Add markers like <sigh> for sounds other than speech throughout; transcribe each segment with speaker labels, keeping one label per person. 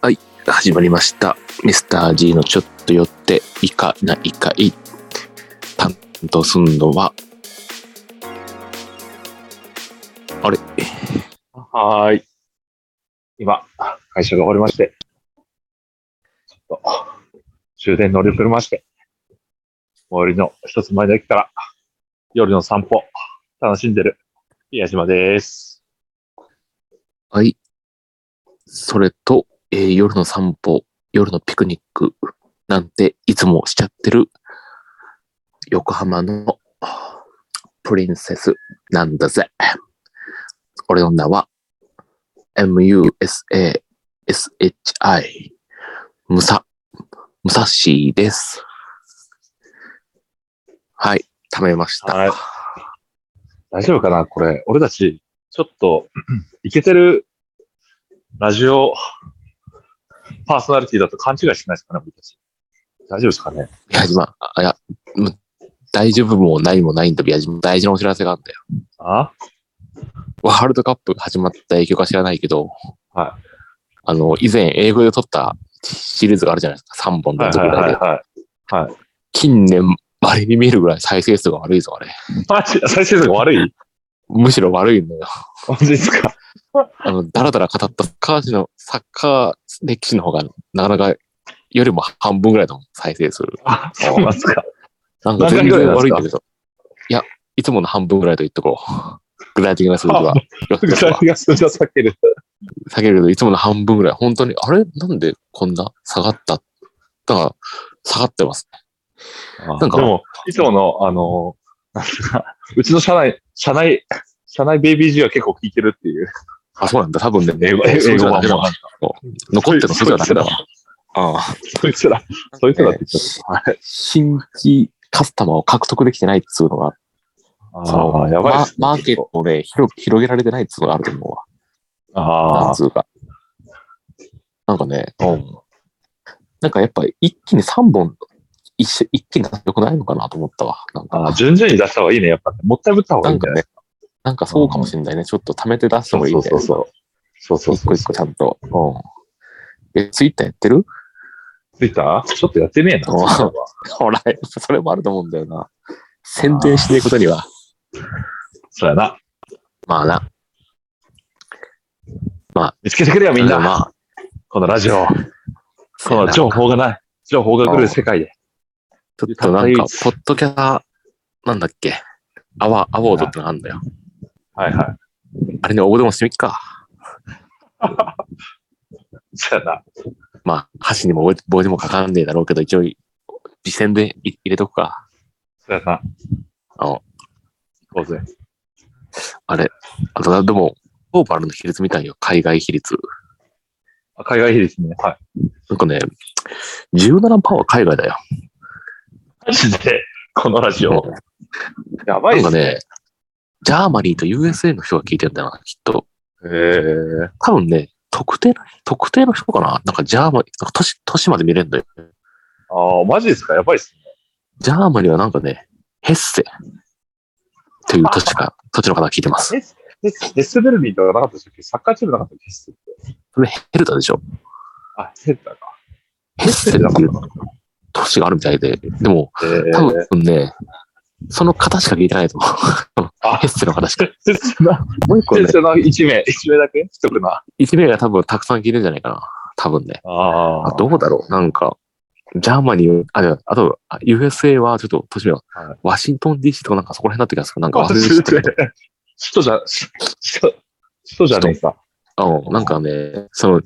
Speaker 1: はい、始まりました。ミスター G のちょっと寄って、いかないかい。担当すんのは、あれ、
Speaker 2: はーい。今、会社が終わりまして、ちょっと、終電乗り遅れまして、最寄りの一つ前の駅から、夜の散歩、楽しんでる、宮島です。
Speaker 1: はい。それと、えー夜の散歩、夜のピクニックなんていつもしちゃってる横浜のプリンセスなんだぜ。俺の名は MUSASHI ムサ、ムサシーです。はい、食べました。
Speaker 2: はい大丈夫かなこれ、俺たち、ちょっと、 <clears throat> いけてる、ラジオ、パーソナリティだと勘違いしないですかね俺たち。大丈夫ですかね
Speaker 1: 宮島、あいや、む大丈夫もないもないんだ、宮島。大事なお知らせがあるんだよ。
Speaker 2: あ
Speaker 1: ワールドカップ始まった影響か知らないけど、
Speaker 2: は
Speaker 1: あの、以前英語で撮ったシリーズがあるじゃないですか。3本
Speaker 2: は
Speaker 1: 連
Speaker 2: い
Speaker 1: 続
Speaker 2: はい
Speaker 1: ぐらい
Speaker 2: はい
Speaker 1: で。
Speaker 2: はい。
Speaker 1: 近年、まれに見るぐらい再生数が悪いぞ、あれ。
Speaker 2: マ <laughs> ジ再生数が悪い
Speaker 1: むしろ悪いのよ。
Speaker 2: マジですか
Speaker 1: あの、だらだら語ったサッカー史の、サッカー歴史の方が、なかなか、よりも半分ぐらいの再生数。
Speaker 2: あ、そうなんですか <laughs>
Speaker 1: なんか
Speaker 2: 何
Speaker 1: 全
Speaker 2: 回ぐらい
Speaker 1: 然
Speaker 2: なん
Speaker 1: 悪い
Speaker 2: です
Speaker 1: ん
Speaker 2: か
Speaker 1: だけど。いや、いつもの半分ぐらいと言っとこう。具体的な数
Speaker 2: <laughs>
Speaker 1: 字は。
Speaker 2: 具体的な数字は避ける。
Speaker 1: 下げるけど、いつもの半分ぐらい、本当に、あれなんでこんな下がっただから、下がってます。なんか
Speaker 2: でも、いつもの、あの、なんていうか、うちの社内、社内、社内ベイビー G は結構聞いてるっていう。
Speaker 1: あ、そうなんだ。多分ね、
Speaker 2: 英語
Speaker 1: そう
Speaker 2: 英
Speaker 1: じ
Speaker 2: 語
Speaker 1: ゃな
Speaker 2: 版
Speaker 1: い
Speaker 2: も。
Speaker 1: 残ってるのそれじゃダメだわ。ああ。
Speaker 2: そいつら、そいつらって言っち
Speaker 1: 新規カスタマーを獲得できてないっつうのが、
Speaker 2: ゃった。ああ、やばいっすね
Speaker 1: ママーケットをね、広広げられてないっつうのがあると思うわ。
Speaker 2: あ
Speaker 1: なん
Speaker 2: あ、
Speaker 1: つうか。なんかね、
Speaker 2: うん
Speaker 1: なんかやっぱり一気に3本、一緒一気に良くないのかなと思ったわ。なん
Speaker 2: ああ
Speaker 1: か、
Speaker 2: 順々に出した方がいいね、やっぱ。もったいぶった方が
Speaker 1: ない
Speaker 2: い
Speaker 1: ん
Speaker 2: んだ
Speaker 1: か
Speaker 2: よ
Speaker 1: ね、なんかそうかもしれないね。ちょっと貯めて出して
Speaker 2: そ
Speaker 1: も
Speaker 2: う
Speaker 1: いいね
Speaker 2: そう。そうそう。そうそう
Speaker 1: 一
Speaker 2: そ
Speaker 1: 個
Speaker 2: う
Speaker 1: 一個ちゃんと。うん。え、ツイッターやってる <laughs>
Speaker 2: ツイッターちょっとやってねえな。
Speaker 1: うん
Speaker 2: ツイッターは
Speaker 1: ほら、やっぱそれもあると思うんだよな。宣伝していくことには。
Speaker 2: そうやな。
Speaker 1: まあな。
Speaker 2: 見つけてくれよ、みん
Speaker 1: ま
Speaker 2: な。
Speaker 1: あ、
Speaker 2: このラジオ。この
Speaker 1: ちょ
Speaker 2: 情報がない。情報が来る世界で。
Speaker 1: っとなんか、ポッドキャラ、なんだっけ。アワ、アワードってのがあるんだよ。
Speaker 2: はいは
Speaker 1: あれに応募でもしてみっか。
Speaker 2: い。そうやな。
Speaker 1: まあ、箸にも棒棒にもかかんねえだろうけど、一応、備線でい入れとくか。
Speaker 2: そうやな。
Speaker 1: あ
Speaker 2: 行こうぜ。
Speaker 1: あとな、でも、オーバルの比率みたいよ。海外比率。
Speaker 2: あ海外比率ね。はい。
Speaker 1: なんかね、17%は海外だよ。
Speaker 2: マジで、このラジオ。やばい
Speaker 1: なん
Speaker 2: っす
Speaker 1: か
Speaker 2: ね
Speaker 1: ね。、ジャーマニーと USA の人が聞いてんだよな、きっと。
Speaker 2: えー、
Speaker 1: 多分ね、特定の、特定の人かななんかジャーマニー、なんか都市、都市まで見れるんだよ。
Speaker 2: ああ、マジですかやばいっすね。
Speaker 1: ジャーマニーはなんかね、ヘッセという都市か、土地の方が聞いてます。
Speaker 2: デスデスベルリンとかなかったでしたっけサッカーチームなかったっけ
Speaker 1: それヘルタでしょ
Speaker 2: あ、センターか。
Speaker 1: ヘッセっていう都市があるみたいで、でも、
Speaker 2: え
Speaker 1: 多
Speaker 2: ー、
Speaker 1: 分ね、その方しか聞いてないと思う。
Speaker 2: あ
Speaker 1: <laughs> ヘッセの方しか。
Speaker 2: 切な、
Speaker 1: もう一個ね
Speaker 2: 切、な1名、1名だけ一人な。
Speaker 1: 一名が多分たくさん聞いてるんじゃないかな。多分ね。
Speaker 2: あ
Speaker 1: あ、どうだろうなんか、ジャーマニー、あ、でもあと、あ USA はちょっと、年は
Speaker 2: はい、
Speaker 1: ワシントン DC とかなんかそこら辺だった気がする。なんか
Speaker 2: あ、
Speaker 1: 忘れ
Speaker 2: <laughs> ちょっと
Speaker 1: て
Speaker 2: 待って、人じゃ、人、人じゃねえか。
Speaker 1: た。うん、なんかね、その、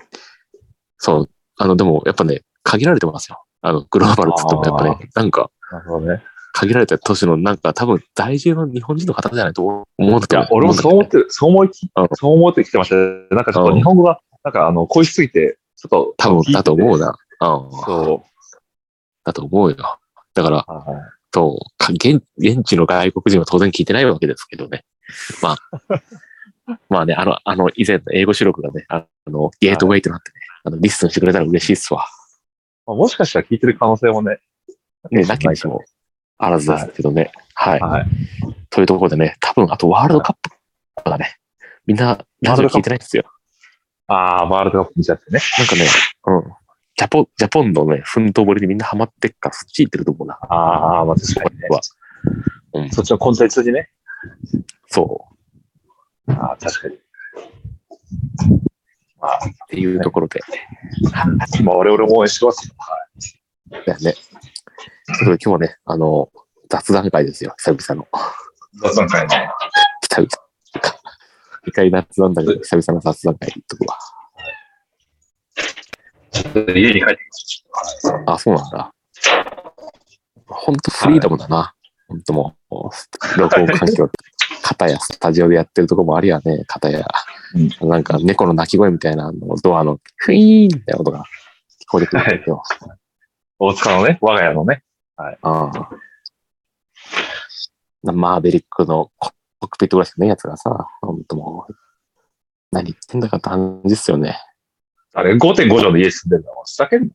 Speaker 1: そう、あの、でもやっぱね、限られてますよ。あの、グローバルっつってもやっぱね、なんか、
Speaker 2: なるほどね。
Speaker 1: 限られた都市のなんか多分在住の日本人の方じゃないと思うんだ
Speaker 2: い
Speaker 1: けど。
Speaker 2: や、俺もそう
Speaker 1: 思
Speaker 2: 思
Speaker 1: う
Speaker 2: ってる、そう思いき
Speaker 1: うん、
Speaker 2: そう思ってきてました。なんかちょっ
Speaker 1: う
Speaker 2: と
Speaker 1: ん
Speaker 2: 日本語が、なんかあの、恋しすぎて、ちょっと、
Speaker 1: 多分だと思う
Speaker 2: な。
Speaker 1: な。うん、
Speaker 2: そう。
Speaker 1: だと思うよ。だから、
Speaker 2: はいはい
Speaker 1: そうか現、現地の外国人は当然聞いてないわけですけどね。ま <laughs> あ、まあね、あの、あの、以前の英語収録がね、あの、ゲートウェイとなってね、あの、リスンしてくれたら嬉しいっすわ。
Speaker 2: まあ、もしかしたら聞いてる可能性もね。
Speaker 1: ね、なきにしもあらずですけどね。はい。
Speaker 2: はい。
Speaker 1: そういうところでね、多分、あとワールドカップがね、みんなラジオ聞いてないんですよ。
Speaker 2: ああ、ワールドカップ見ちゃってね。
Speaker 1: なんかね、うん。ジャポン、ジャポンのね、奮闘ぶりでみんなハマってっから、そっち行ってると思うな。
Speaker 2: ああ、まあ確かにね
Speaker 1: 僕は。うん
Speaker 2: そっちのコンテンツにね。
Speaker 1: そう。
Speaker 2: ああ、確かに。まあ、
Speaker 1: っていうところで。
Speaker 2: 今我々も応援してますよ。はい
Speaker 1: だよね。それで今日はね、あの、雑談会ですよ、久々の。
Speaker 2: 雑談会ね。
Speaker 1: 久々。一回雑談だけど、久々の雑談会ってとこは。
Speaker 2: ちょっと家に帰ってきました。はい
Speaker 1: あ、そうなんだ。ほんとフリーダムだな。ほんともう、録音環境。片やスタジオでやってるとこもありやね、片や、なんか猫の鳴き声みたいなあのドアのフィーンみたいな音が聞こえてくるんですよ。
Speaker 2: 大塚のね、我が家のね。
Speaker 1: ああ。マーベリックのコックピットぐらいしかねえやつがさ、ほんともう、何言ってんだかって感じですよね。
Speaker 2: あれ、5.5畳の家に住んでるのふざ <laughs> けん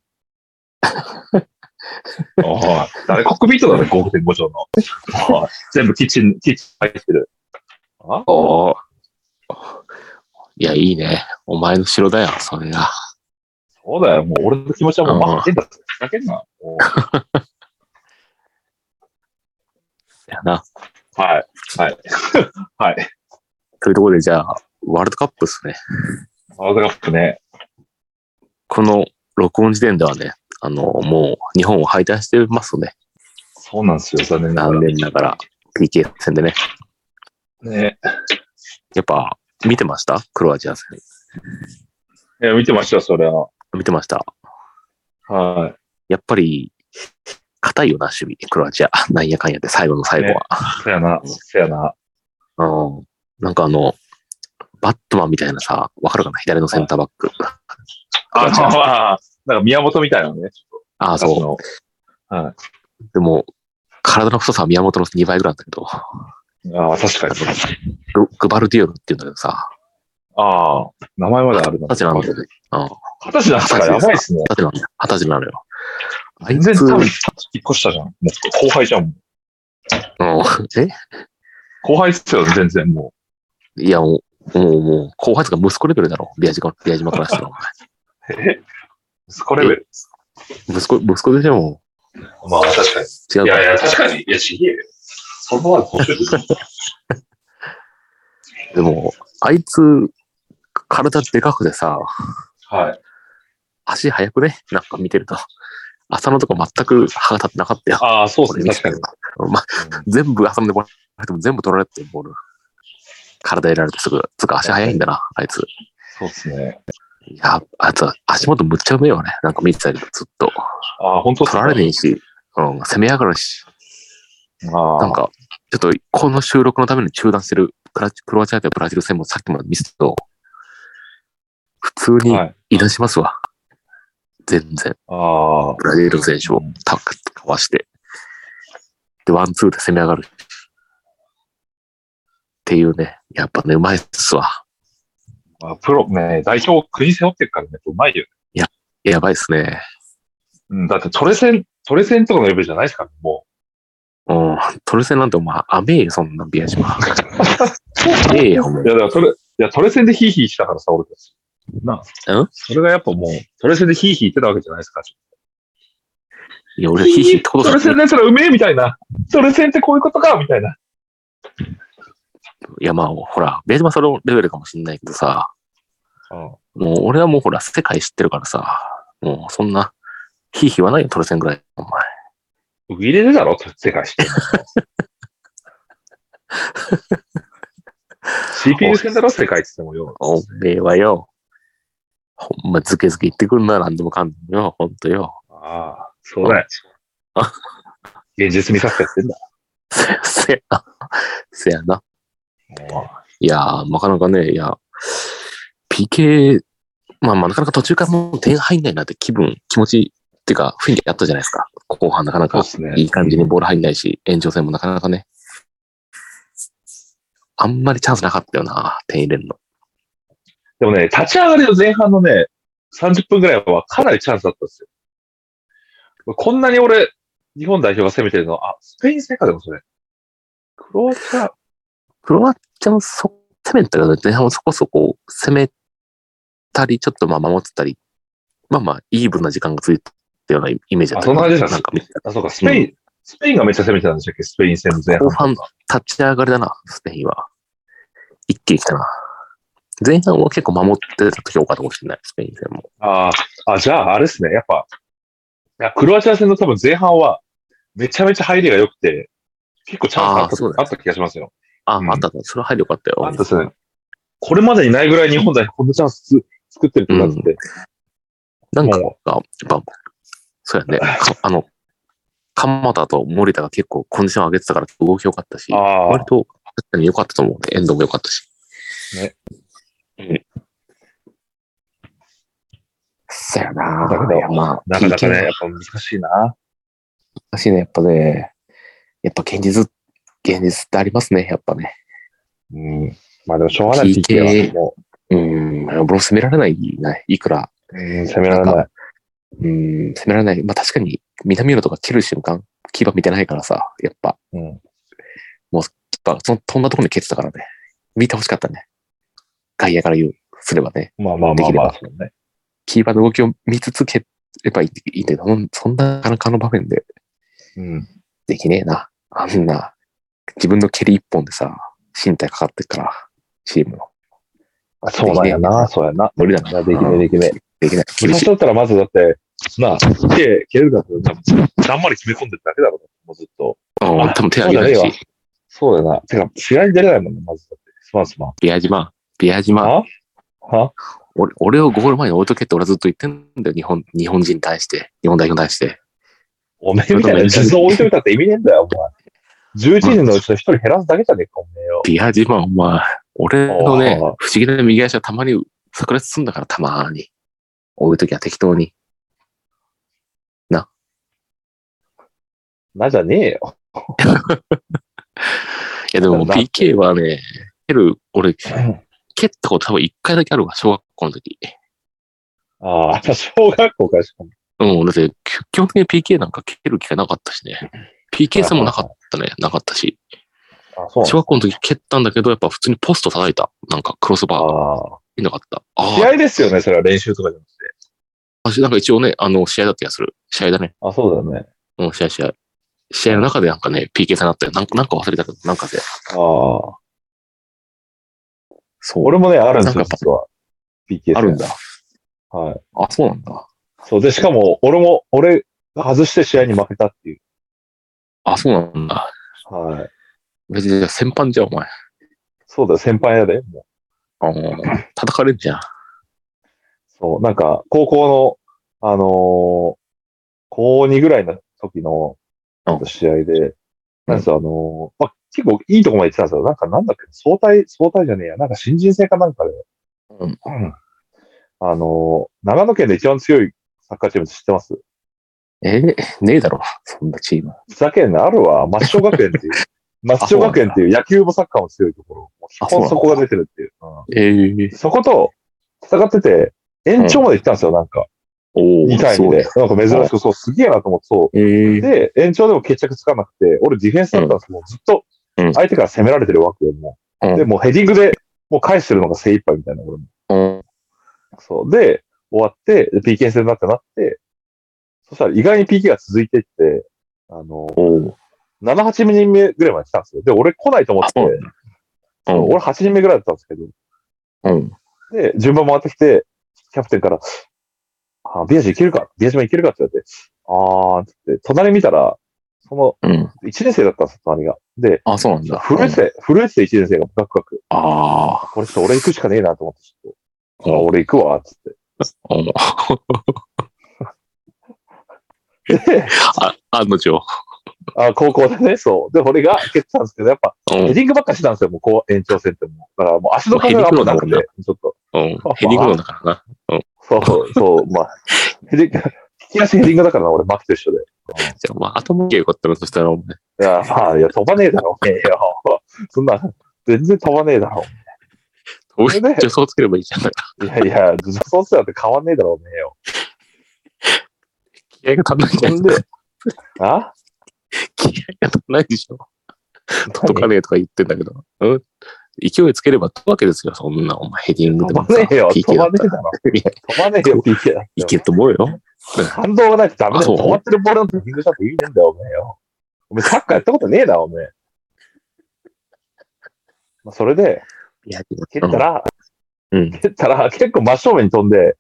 Speaker 2: なおい。あれ、コックピットだね、5.5畳の。おい全部キッチン、キッチン入ってる。あ
Speaker 1: おお。いや、いいね。お前の城だよ、それが。
Speaker 2: そうだよ、もう俺の気持ちはもう待ってんだふざけんな。おい
Speaker 1: やな。
Speaker 2: はい。はい。はい。
Speaker 1: というところで、じゃあ、ワールドカップですね。
Speaker 2: ワールドカップね。
Speaker 1: この録音時点ではね、あの、もう日本を敗退してますね。
Speaker 2: そうなんですよ、残念なが
Speaker 1: 残
Speaker 2: ら。
Speaker 1: 念ながら、PK 戦でね。
Speaker 2: ね。
Speaker 1: やっぱ、見てましたクロアチア戦。
Speaker 2: いや、見てましたよ、それは。
Speaker 1: 見てました。
Speaker 2: はい。
Speaker 1: やっぱり、硬いよな、守備。クロアチア。なんやかんやで、最後の最後は。
Speaker 2: そやな、そやな。
Speaker 1: うん。なんかあの、バットマンみたいなさ、わかるかな左のセンターバック。
Speaker 2: あの、まあ、 <laughs> なんか宮本みたいなね。
Speaker 1: ああ、そう。
Speaker 2: う。は
Speaker 1: でも、体の太さは宮本の2倍ぐらいなんだけど、
Speaker 2: い。ああ、確かに。
Speaker 1: ググバルディオルって言うんだけどさ、
Speaker 2: ああ、名前まである
Speaker 1: 二
Speaker 2: な。
Speaker 1: 十歳なんだよね。うん。
Speaker 2: 二十歳なんすかやばいっすね。
Speaker 1: 二十歳なんだよ。二十歳なのよ。あい
Speaker 2: 全
Speaker 1: つ、
Speaker 2: 然多
Speaker 1: う
Speaker 2: 分、
Speaker 1: ん
Speaker 2: 引っ越したじゃん。もう後輩じゃん。もう
Speaker 1: え
Speaker 2: 後輩っすよ、全然も
Speaker 1: いや、もう、もう、もう、後輩とか息子レベルだろ。リア島、リア島からしたら。
Speaker 2: う。え息子レベル。
Speaker 1: <laughs> 息子、息子でしょ、も
Speaker 2: まあ、確かに。
Speaker 1: う。違う。
Speaker 2: いやいや、確かに。いや、ちげえよ。 <laughs> そこまで年上だ
Speaker 1: でも、あいつ、体でかくてさ、
Speaker 2: はい。
Speaker 1: 足速くねなんか見てると。浅野とか全く歯が立ってなかったよ。
Speaker 2: ああ、そうっす
Speaker 1: 俺
Speaker 2: ね。
Speaker 1: 見
Speaker 2: 確
Speaker 1: て
Speaker 2: か
Speaker 1: た
Speaker 2: に
Speaker 1: け。どま、全部浅野でもらっても全部取られてるボール。体入れられてすぐ。つうか足速いんだな、あいつ。
Speaker 2: そうっすね。
Speaker 1: いや、あいつは足元むっちゃうめえよね。なんか見てたけど、ずっと。
Speaker 2: ああ、本当っす
Speaker 1: 取られねえし、うん、攻め上がるし、
Speaker 2: ああ
Speaker 1: なんか、ちょっとこの収録のために中断してるクラクロアチアとブラジル戦もさっきまで見せたけど、普通に
Speaker 2: はい。
Speaker 1: い出しますわ。全然、
Speaker 2: ああ。
Speaker 1: ブラジルの選手をタックかわして。で、ワンツーで攻め上がる。っていうね、やっぱね、うまいっすわ。
Speaker 2: まあ、プロね、代表を国背負ってるからね、うまいよ。
Speaker 1: やばいっすね。
Speaker 2: うん、だってトレセン、トレセンとかのレベルじゃないですから、も
Speaker 1: うん、トルセなんてお前、甘えよ、そんなビア島。ええよ、もう
Speaker 2: う。い。や、だからトレ、いや、トレセンでヒーヒーしたからさ、俺たち。な
Speaker 1: うん
Speaker 2: それがやっぱもう、トレセンでヒーヒー言ってたわけじゃないですか。
Speaker 1: いや、俺、ヒーヒーってこと
Speaker 2: ト
Speaker 1: だ
Speaker 2: レセンのやつらうめえみたいな。トレセンってこういうことかみたいな。
Speaker 1: いや、まあ、ほら、ベージマそのレベルかもしんないけどさ、
Speaker 2: うん。
Speaker 1: もう俺はもうほら、世界知ってるからさ、もうそんな、ひいひはないよ、トルセンぐらい。お前。
Speaker 2: 受け入れるだろ、世界して。CPU 戦だろ、世界って言ってもよ。
Speaker 1: おめえはよ、ほんま、ズケズケ言ってくんな、なんでもかんでもよ、ほんとよ。
Speaker 2: ああ、そうだよ。現実見させてやってんだ。
Speaker 1: せ、 <laughs> せやな。せやな。
Speaker 2: もう
Speaker 1: いやー、なかなかね、いや、PK、まあまあ、なかなか途中からもう点入んないなって気分、気持ち、っていうか、雰囲気あったじゃないですか。後半なかな
Speaker 2: そう
Speaker 1: か
Speaker 2: っすね。
Speaker 1: いい感じにボール入んないし、延長戦もなかなかね、あんまりチャンスなかったよな、点入れるの。
Speaker 2: でもね、立ち上がりの前半のね、30分ぐらいはかなりチャンスだったんですよ。こんなに俺、日本代表が攻めてるのは、あ、スペイン戦かでもそれ。クロアチア、
Speaker 1: クロアチアもそ、攻めたけど、前半もそこそこ攻めたり、ちょっとまあ守ってたり、まあまあ、イーブンな時間がついたようなイメージだったけど
Speaker 2: あそんな感じでした
Speaker 1: なんか見てた
Speaker 2: あ、そうか、スペイン、スペインがめっちゃ攻めてたんでしたっけスペイン戦の前半。
Speaker 1: 後半立ち上がりだな、スペインは。一気に来たな。前半は結構守ってた時多かったかもしれない、スペイン戦も。
Speaker 2: ああ、あ、じゃあ、あれですね。やっぱ、いやクロアチア戦の多分前半は、めちゃめちゃ入りが良くて、結構チャンスあ
Speaker 1: あーそう
Speaker 2: っ
Speaker 1: だ
Speaker 2: たあった気がしますよ。
Speaker 1: あ、
Speaker 2: うん
Speaker 1: あったあった。それは入りよかったよ。
Speaker 2: あったですね。これまでにないぐらい日本代表こんなチャンスつ作ってるってなってて、
Speaker 1: なんか、や
Speaker 2: も
Speaker 1: っぱ、そう
Speaker 2: <laughs>
Speaker 1: やね。かあの、鎌田と森田が結構コンディション上げてたから動き良かったし
Speaker 2: う、、あ
Speaker 1: 割
Speaker 2: あ、
Speaker 1: と確かに良かったと思うね。エンドも良かったし。
Speaker 2: ね。
Speaker 1: うん。そやな
Speaker 2: だけど
Speaker 1: いやまあ、
Speaker 2: なかなかね、
Speaker 1: PK
Speaker 2: やっぱ難しいな。
Speaker 1: 難しいね、やっぱね。やっぱ現実、現実ってありますね、やっぱね。
Speaker 2: うん。まあでもしょうがない
Speaker 1: PK
Speaker 2: PK は。も
Speaker 1: うん、僕も責められないな、いくら。
Speaker 2: う、うん、攻められない。
Speaker 1: うん、責められない。まあ確かに、南野とか蹴る瞬間、キーパー見てないからさ、やっぱ、
Speaker 2: うん。
Speaker 1: キーパーその飛んだところに蹴ってたからね。見てほしかったね。外野から言う、すればね。
Speaker 2: まあまあまあまあ、
Speaker 1: で
Speaker 2: そうね。
Speaker 1: キーパーの動きを見つつ蹴ればいいいいんだけど、そんななかなかの場面で
Speaker 2: うん。
Speaker 1: できねえな。あんな、自分の蹴り一本でさ、身体かかってっから、チームの。
Speaker 2: あそうなんやな、そうやな。
Speaker 1: 無理だな
Speaker 2: あできねえ、できねえ。
Speaker 1: できない。
Speaker 2: 気持ちだったらまずだって、なあ、手蹴れるかって、だんまり決め込んでるだけだろうな、もうずっと。
Speaker 1: うん、多分手挙げない
Speaker 2: そうだね
Speaker 1: し。
Speaker 2: そうだな。てか、試合に出れないもんね、まずだって。すまんすまん。
Speaker 1: ビア島、ビア島、
Speaker 2: あは
Speaker 1: 俺俺をゴール前に置いとけって俺はずっと言ってんだよ、日本、日本人に対して、日本代表に対して。
Speaker 2: おめえみたいな実像置いといたって意味ねえんだよ、お前。11人のうちの1人減らすだけじゃねえか、おめえよ。
Speaker 1: ビア島、お前、俺のね、不
Speaker 2: おー
Speaker 1: 思議な右足はたまに炸裂すんだから、たまに。置いときは適当に。
Speaker 2: なじゃねえよ。
Speaker 1: いや、でも
Speaker 2: だって
Speaker 1: PK はね、蹴る、俺、
Speaker 2: ん
Speaker 1: 蹴ったこと多分一回だけあるわ、小学校の時。
Speaker 2: ああ、小学校からしかも。
Speaker 1: うん、だって、き基本的に PK なんか蹴る機会なかったしね。PK 戦もなかったね、なかったし。
Speaker 2: あそうなん
Speaker 1: 小学校の時蹴ったんだけど、やっぱ普通にポスト叩いた。なんかクロスバー。
Speaker 2: あ
Speaker 1: いなかった。
Speaker 2: あ。
Speaker 1: あ
Speaker 2: 試合ですよね、それは練習とかじゃなくて。
Speaker 1: あ、なんか一応ね、あの、試合だった気がする。試合だね。
Speaker 2: あ、そうだよね。
Speaker 1: うん、試合、試合。試合の中でなんかね、PK 戦だったよ。なんか、なんか忘れたけど、なんかで。
Speaker 2: ああ。
Speaker 1: そ
Speaker 2: 俺もね、あるんです
Speaker 1: な
Speaker 2: よ、
Speaker 1: んか
Speaker 2: 実は。PK 戦
Speaker 1: あるんだ。
Speaker 2: はい。
Speaker 1: あ、そうなんだ。
Speaker 2: そう。で、しかも、俺も、俺が外して試合に負けたっていう。
Speaker 1: あ、そうなんだ。
Speaker 2: はい。
Speaker 1: 別に、先輩じゃん、お前。
Speaker 2: そうだよ、先輩やで、もう。
Speaker 1: あの、 <laughs> 叩かれんじゃん。
Speaker 2: そう、なんか、高校の、あのー高2ぐらいの時の
Speaker 1: うん
Speaker 2: 試合で、なんかあのーまあ、結構いいとこまで行ってたんですよ。なんかなんだっけ、相対、相対じゃねえや、なんか新人戦かなんかで、
Speaker 1: うん
Speaker 2: あのー長野県で一番強いサッカーチームって知ってます
Speaker 1: えーねえだろ。そんなチーム。
Speaker 2: ふざけんな、あるわ、松商学園っ
Speaker 1: <laughs>
Speaker 2: ていう。松商学園っていう野球もサッカーも強いところ。もう基
Speaker 1: あそうな
Speaker 2: 本
Speaker 1: んだ
Speaker 2: そこが出てるっていう。
Speaker 1: ええ
Speaker 2: うんそこと戦ってて、延長まで行ったんですよ、なんか。
Speaker 1: お
Speaker 2: 2
Speaker 1: ー、
Speaker 2: 対
Speaker 1: す
Speaker 2: 2
Speaker 1: ごい
Speaker 2: で。。なんか珍しく、そう、すげえなと思って、そう。
Speaker 1: えー、
Speaker 2: で、延長でも決着つかなくて、俺ディフェンスだったんですもうずっと
Speaker 1: うん
Speaker 2: 相手から攻められてるわけよ、もう。
Speaker 1: うん
Speaker 2: で、もうヘディングでもう返してるのが精一杯みたいな、俺も。
Speaker 1: うん。
Speaker 2: そう。で、終わって、で PK 戦になってなって、そしたら意外に PK が続いていって、あの、
Speaker 1: おー。
Speaker 2: 7、8人目ぐらいまで来たんですよ。で、俺来ないと思って、
Speaker 1: あそうう
Speaker 2: そう俺8人目ぐらいだったんですけど、
Speaker 1: ん。うん。
Speaker 2: で、順番回ってきて、キャプテンから、あ、ビアジいけるかビアジマいけるかって言われて、あーって言って、隣見たら、その、
Speaker 1: うん。
Speaker 2: 1年生だったんですよ、隣が。で、
Speaker 1: あ、そうなんだ。
Speaker 2: 古いて、古いて1年生がガクガク。
Speaker 1: あ
Speaker 2: これちょっと俺行くしかねえなと思って、ちょっ
Speaker 1: あ。
Speaker 2: と、あ俺行くわ、つっ
Speaker 1: <laughs> うん
Speaker 2: て。で、
Speaker 1: あ、案の定。
Speaker 2: あ高校でね、そう。で、俺が蹴ってたんですけど、やっぱ、
Speaker 1: うん。
Speaker 2: ヘディングばっかしてたんですよ、もう、こう、延長戦ってもう。だからもう足の数があんまなくて、ちょっと。 <laughs>
Speaker 1: うん。ヘディングなんだからな。
Speaker 2: そう、そう、
Speaker 1: <laughs>
Speaker 2: まあ、ヘディング、利き足ヘディングだからな、俺、マキと一緒で。
Speaker 1: じゃあ、まあ、頭が良かったな、そしたら、お前。
Speaker 2: いや、まあ、いや、飛ばねえだろ、おめえよ。 <laughs> そんな、全然飛ばねえだろ。
Speaker 1: 俺、助走つければいいじゃん。
Speaker 2: いやいや、そうすらって変わんねえだろ、おめえ
Speaker 1: <laughs>
Speaker 2: よ。
Speaker 1: 気合が足んないんじゃ
Speaker 2: そ
Speaker 1: ない
Speaker 2: んで、あ <laughs>
Speaker 1: 気合が足んないでしょ。取っとかねえとか言ってんだけど、うん、勢いつければ飛ぶわけですよ、そんな、お前ヘディングで
Speaker 2: 飛ば
Speaker 1: も
Speaker 2: ね
Speaker 1: <laughs>
Speaker 2: えよ、飛
Speaker 1: PK だ
Speaker 2: ば
Speaker 1: っ
Speaker 2: ね
Speaker 1: た
Speaker 2: え
Speaker 1: ら。
Speaker 2: だろ。
Speaker 1: いや、
Speaker 2: 飛ばねえよ、PK だって。
Speaker 1: いけると思うよ。
Speaker 2: 感動がないとダメ
Speaker 1: あ
Speaker 2: だよ。
Speaker 1: そう
Speaker 2: 止まってるボールのヘディングショット意味ねえんだよ、おめえよ。おめえサッカーやったことねえな、おめえ。まあ、それで、
Speaker 1: いや、
Speaker 2: 蹴ったら、
Speaker 1: うん。うん
Speaker 2: 蹴ったら、結構真正面に飛んで、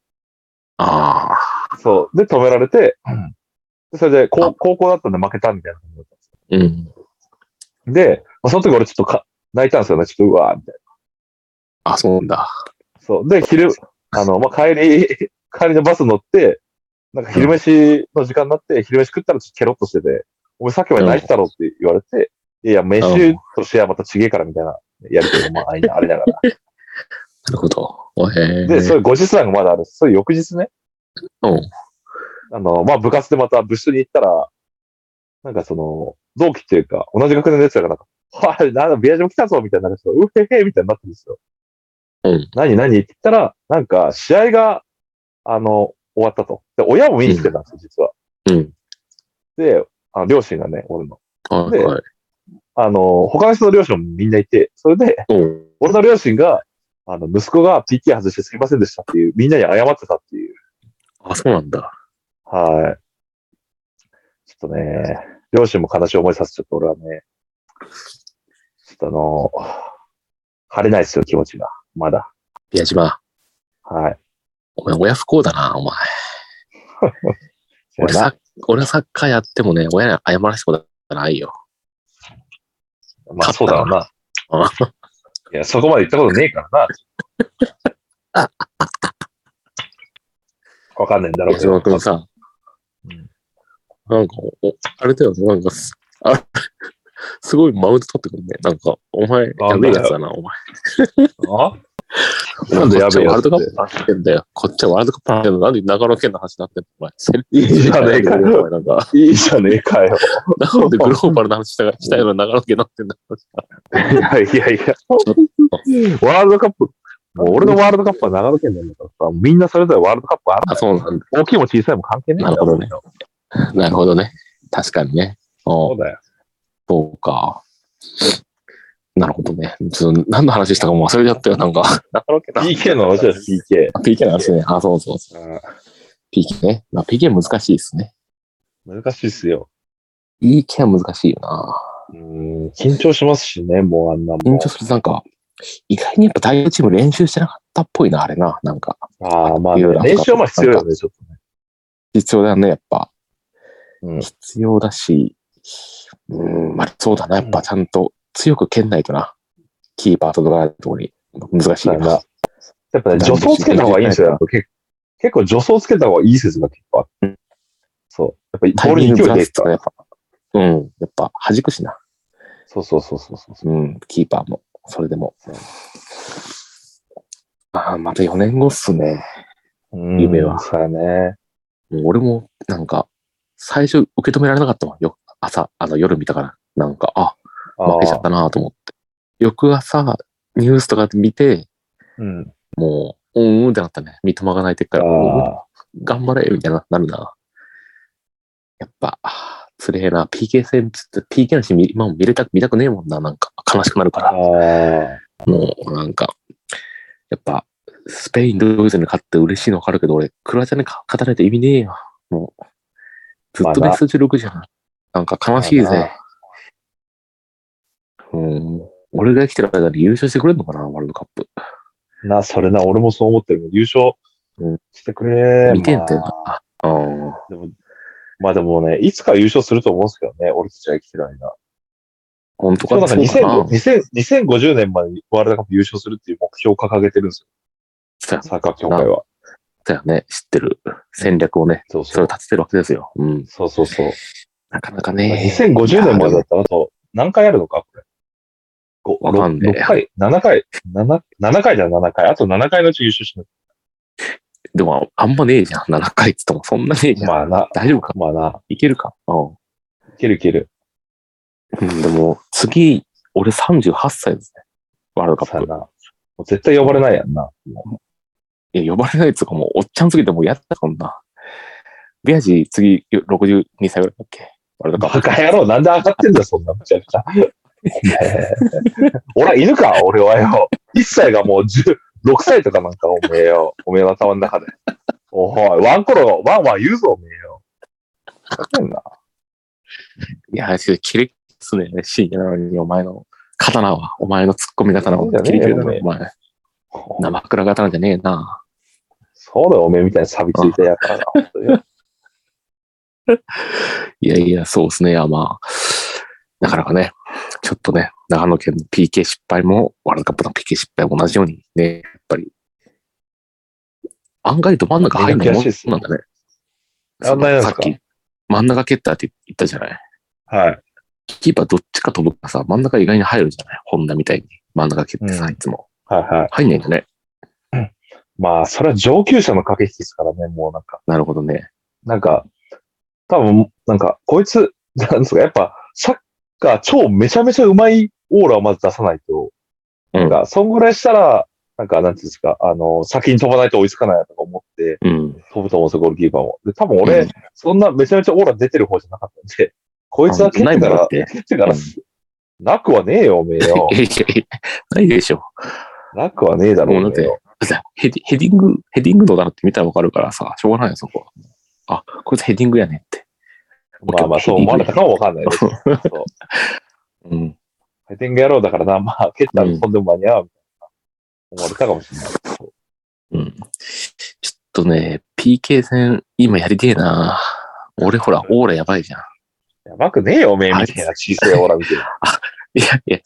Speaker 1: ああ、
Speaker 2: そう。で、止められて、でそれで、高高校だったんで負けたみたいな感じだったんです
Speaker 1: うん。
Speaker 2: よ。で、まあ、その時俺ちょっとか泣いたんですよね。ちょっと、うわーみたい
Speaker 1: あ、そうなんだ。
Speaker 2: な。そう。で、昼、あの、まあ、帰り、 <laughs> 帰りのバス乗って、なんか昼飯の時間になって、昼飯食ったらちょっとケロッとしてて、お前さっきまで泣いてたろって言われて、いや、飯としてはまた違えからみたいな、やりとりもまあ、ありなありながら。
Speaker 1: なるほど。へえ。
Speaker 2: で、それ後日談がまだあるんです。それ翌日ね。
Speaker 1: うん。
Speaker 2: あの、まあ、部活でまた部室に行ったら、なんかその、同期っていうか、同じ学年のやつらがなんか、はい、なんだ、ビアジョ来たぞみたいな、なんかちょっとうへへみたいになってるんですよ。
Speaker 1: うん。
Speaker 2: 何何って言ったら、なんか、試合が、あの、終わったと。で、親も見に来てたんですよ、実は。
Speaker 1: うん。
Speaker 2: で、あの、両親がね、俺の。
Speaker 1: はい
Speaker 2: で
Speaker 1: はい。
Speaker 2: あの、他の人の両親もみんないて、それで、
Speaker 1: うん。
Speaker 2: 俺の両親が、あの、息子が PK 外してすいませんでしたっていう、みんなに謝ってたっていう。
Speaker 1: あ、そうなんだ。
Speaker 2: はい。ちょっとね、両親も悲しい思いさせちゃって、俺はね、ちょっとあの、晴れないですよ、気持ちが。まだ。
Speaker 1: 宮島、
Speaker 2: はい。
Speaker 1: お前親不幸だな、お前。俺
Speaker 2: いや
Speaker 1: さ、俺サッカーやってもね、親に謝らせたことないよ。
Speaker 2: なまあ、そうだろうな。
Speaker 1: うん
Speaker 2: いや、そこまで言ったことねえからな。 <laughs> わかんないんだろう
Speaker 1: 宮
Speaker 2: けど
Speaker 1: 島くんさ
Speaker 2: うん、
Speaker 1: なんか、おあれだよね、なんかす、あすごいマウント取ってくるね。なんか、お前、やべえやつだな、お前。
Speaker 2: あなんでやべえ
Speaker 1: こ
Speaker 2: や
Speaker 1: っ
Speaker 2: つ
Speaker 1: ち
Speaker 2: っ
Speaker 1: はワールドカッ
Speaker 2: て
Speaker 1: プ。の話してんだよ。こっちはワールドカップの話してんだよ。なんで長野県の話になってんのお前。
Speaker 2: いいじゃねえかよ
Speaker 1: お前なんか、 <laughs>
Speaker 2: いいじゃねえかよ。
Speaker 1: なんでグローバルな話したがしたいのに長野県になってんだよ。
Speaker 2: いやいやいや。ワールドカップ、もう俺のワールドカップは長野県なんだからさ、みんなそれぞれワールドカップある
Speaker 1: あ、そうなんだ。
Speaker 2: 大きいも小さいも関係ねえんだ
Speaker 1: な
Speaker 2: よ
Speaker 1: るほどね。なるほどね。確かにね。
Speaker 2: そ
Speaker 1: お
Speaker 2: うだよ。
Speaker 1: そうか。なるほどね。ちょっと何の話したかも忘れちゃったよ、なんか。 <laughs> 長野県
Speaker 2: PK の話だよ、PK。
Speaker 1: PK の話ね。あ、そうそうそう。
Speaker 2: あ
Speaker 1: PK ね。まあ、PK 難しいですね。
Speaker 2: ー難しいっすよ。
Speaker 1: PK は難しいよな。
Speaker 2: うーん、緊張しますしね、もうあんなもん
Speaker 1: 緊張するとなんか、意外にやっぱ代表チーム練習してなかったっぽいな、あれな。なんか、
Speaker 2: ああ、まあ、
Speaker 1: いろいろ
Speaker 2: 練習はまあ必要よね、ちょっとね。
Speaker 1: 必要だよね、やっぱ。
Speaker 2: うん
Speaker 1: 必要だし、うん、まあ、そうだな、やっ
Speaker 2: う
Speaker 1: ぱちゃんと強く蹴んないとな。キーパーとかのとこに難しいよ
Speaker 2: まあま
Speaker 1: な
Speaker 2: あ。やっぱね、助走つけた方がいいんですよ。やっぱ結構結構助走つけた方がいい説が結構あって。そう。やっぱり
Speaker 1: タイ
Speaker 2: ボール
Speaker 1: ミン
Speaker 2: に
Speaker 1: グ
Speaker 2: 勢い
Speaker 1: ずら
Speaker 2: 出る
Speaker 1: すとか、や
Speaker 2: から。
Speaker 1: っぱ、うん、やっぱ弾くしな。
Speaker 2: そうそうそうそうそう。
Speaker 1: うん、キーパーも、それでも。ああ、また4年後っすね。夢は
Speaker 2: そうやね。
Speaker 1: もう俺も、なんか、最初受け止められなかったもん。よ朝、あの夜見たから、なんか、あ、
Speaker 2: あ
Speaker 1: 負けちゃったなと思って。翌朝、ニュースとか見て、
Speaker 2: うん。
Speaker 1: もう、うんうんってなったね。三笘が泣いてるから、うんうん
Speaker 2: あ
Speaker 1: 頑張れみたいな、なるな。やっぱ、あーつれえな。PK 戦つって、PK のシーン見今も見れたく、見たくねえもんな。なんか、悲しくなるか
Speaker 2: あ
Speaker 1: ら。もう、なんか、やっぱ、スペイン、ドイツに勝って嬉しいのわかるけど、俺、クロアチアに勝勝たないと意味ねえよ。もう、ずっと
Speaker 2: まあ
Speaker 1: ベ
Speaker 2: な
Speaker 1: スト16じゃん。なんか悲しい
Speaker 2: まあ
Speaker 1: ぜ。うん。俺が生きてる間に優勝してくれんのかな、ワールドカップ。
Speaker 2: な、それな、俺もそう思ってる。優勝
Speaker 1: うん
Speaker 2: してくれ。
Speaker 1: 見てんて
Speaker 2: まあ
Speaker 1: な。うん。
Speaker 2: でも、まあでもね、いつか優勝すると思うんですけどね、俺たちが生きてる間。
Speaker 1: 本当
Speaker 2: そ
Speaker 1: か
Speaker 2: う
Speaker 1: な
Speaker 2: だから
Speaker 1: そうかな
Speaker 2: 2050 2050年までにワールドカップ優勝するっていう目標を掲げてるんです
Speaker 1: そう
Speaker 2: よ、サッカー協会は。
Speaker 1: だよね。知ってる戦略をね、
Speaker 2: そう
Speaker 1: それ
Speaker 2: そ
Speaker 1: を
Speaker 2: う。
Speaker 1: 立ててるわけですよ。うん。
Speaker 2: そうそうそう。
Speaker 1: なかなか
Speaker 2: まあ
Speaker 1: ね。
Speaker 2: 2050年までだったら、あと、何回やるのか、これ。ご
Speaker 1: わかんねえ
Speaker 2: 6回、7回、7、7回だよ、7回。あと7回のうち優勝しない。
Speaker 1: でも、あんまねえじゃん。7回っつっても、そんなねえじゃん。
Speaker 2: まあな、
Speaker 1: 大丈夫か
Speaker 2: まあな、
Speaker 1: いけるかうん。
Speaker 2: いけるいける。
Speaker 1: うんでも、次、俺38歳ですね。ワールドカ
Speaker 2: さ
Speaker 1: ッ
Speaker 2: あ
Speaker 1: プ。
Speaker 2: な。もう絶対呼ばれないやんな。
Speaker 1: いや、呼ばれないやつがもう、おっちゃんすぎてもうやった、そんな。ビアジ、次、62歳ぐらいだっけワールドカッ
Speaker 2: バカ野郎、なんで上がってんだよ、そんなむちゃくちゃ。俺は犬か、俺はよ。1歳がもう16歳とかなんか、おめえよ。おめえの頭の中で。おい、ワンコロ、ワンワン言うぞ、おめえよ。ふざけんな。
Speaker 1: いや、キレッキレですね。深夜なのに、お前の刀は、お前の突っ込み刀
Speaker 2: そうだ
Speaker 1: は、
Speaker 2: ね
Speaker 1: キレキレだな、
Speaker 2: で
Speaker 1: お前。生倉刀じゃねえな。
Speaker 2: そうだよ、おめえみたいに錆びついたやつらが。本当に
Speaker 1: いやいや、そうですね。いや、まあ、なかなかね、ちょっとね、長野県の PK 失敗も、ワールドカップの PK 失敗も同じようにね、やっぱり、案外ど真ん中入るのも
Speaker 2: 悔しいっすね
Speaker 1: なんだね。
Speaker 2: あんまりなん
Speaker 1: さ
Speaker 2: す
Speaker 1: っ
Speaker 2: か
Speaker 1: き、真ん中蹴ったって言ったじゃない。
Speaker 2: はい。
Speaker 1: キーパーどっちか飛ぶかさ、真ん中意外に入るじゃない本田みたいに。真ん中蹴ってさ、
Speaker 2: うん
Speaker 1: いつも。
Speaker 2: はいはい。
Speaker 1: 入んないんだね。
Speaker 2: まあ、それは上級者の駆け引きですからね、もうなんか。
Speaker 1: なるほどね。
Speaker 2: なんか、多分、なんか、こいつ、 <laughs> なんですか、やっぱ、サッカー超めちゃめちゃうまいオーラをまず出さないと、
Speaker 1: うん
Speaker 2: なんか、そんぐらいしたら、なんか、なんていうんですか、あの、先に飛ばないと追いつかないなとか思って、
Speaker 1: うん。
Speaker 2: 飛ぶと思うんですよ、ゴールキーパーも。で、多分俺、
Speaker 1: うん
Speaker 2: そんなめちゃめちゃオーラ出てる方じゃなかったんで、こいつは蹴っ
Speaker 1: ない
Speaker 2: て
Speaker 1: も
Speaker 2: か
Speaker 1: んだ
Speaker 2: ら
Speaker 1: っ、て。
Speaker 2: 蹴ってから、なくはねえよ、おめえ
Speaker 1: <laughs>
Speaker 2: よ
Speaker 1: い。やいやいや、ないでしょ。
Speaker 2: なくはねえだろ、
Speaker 1: もうだって
Speaker 2: おめえよ
Speaker 1: さヘディヘディング、ヘディングのだなって見たらわかるからさ、しょうがないよ、そこは。あ、こいつヘディングやねって。
Speaker 2: まあまあ、そう思われたかもわかんな
Speaker 1: <laughs>
Speaker 2: いです。そう
Speaker 1: うん。
Speaker 2: ヘディング野郎だからな、まあ、蹴ったら飛んでも間に合う、みたいな。思われたかもしれない。
Speaker 1: うん。ちょっとね、PK 戦、今やりてえな。俺ほら、オーラやばいじゃん。
Speaker 2: やばくねえよ、おめえみたいな、小さいオーラみたいな。
Speaker 1: いやいや、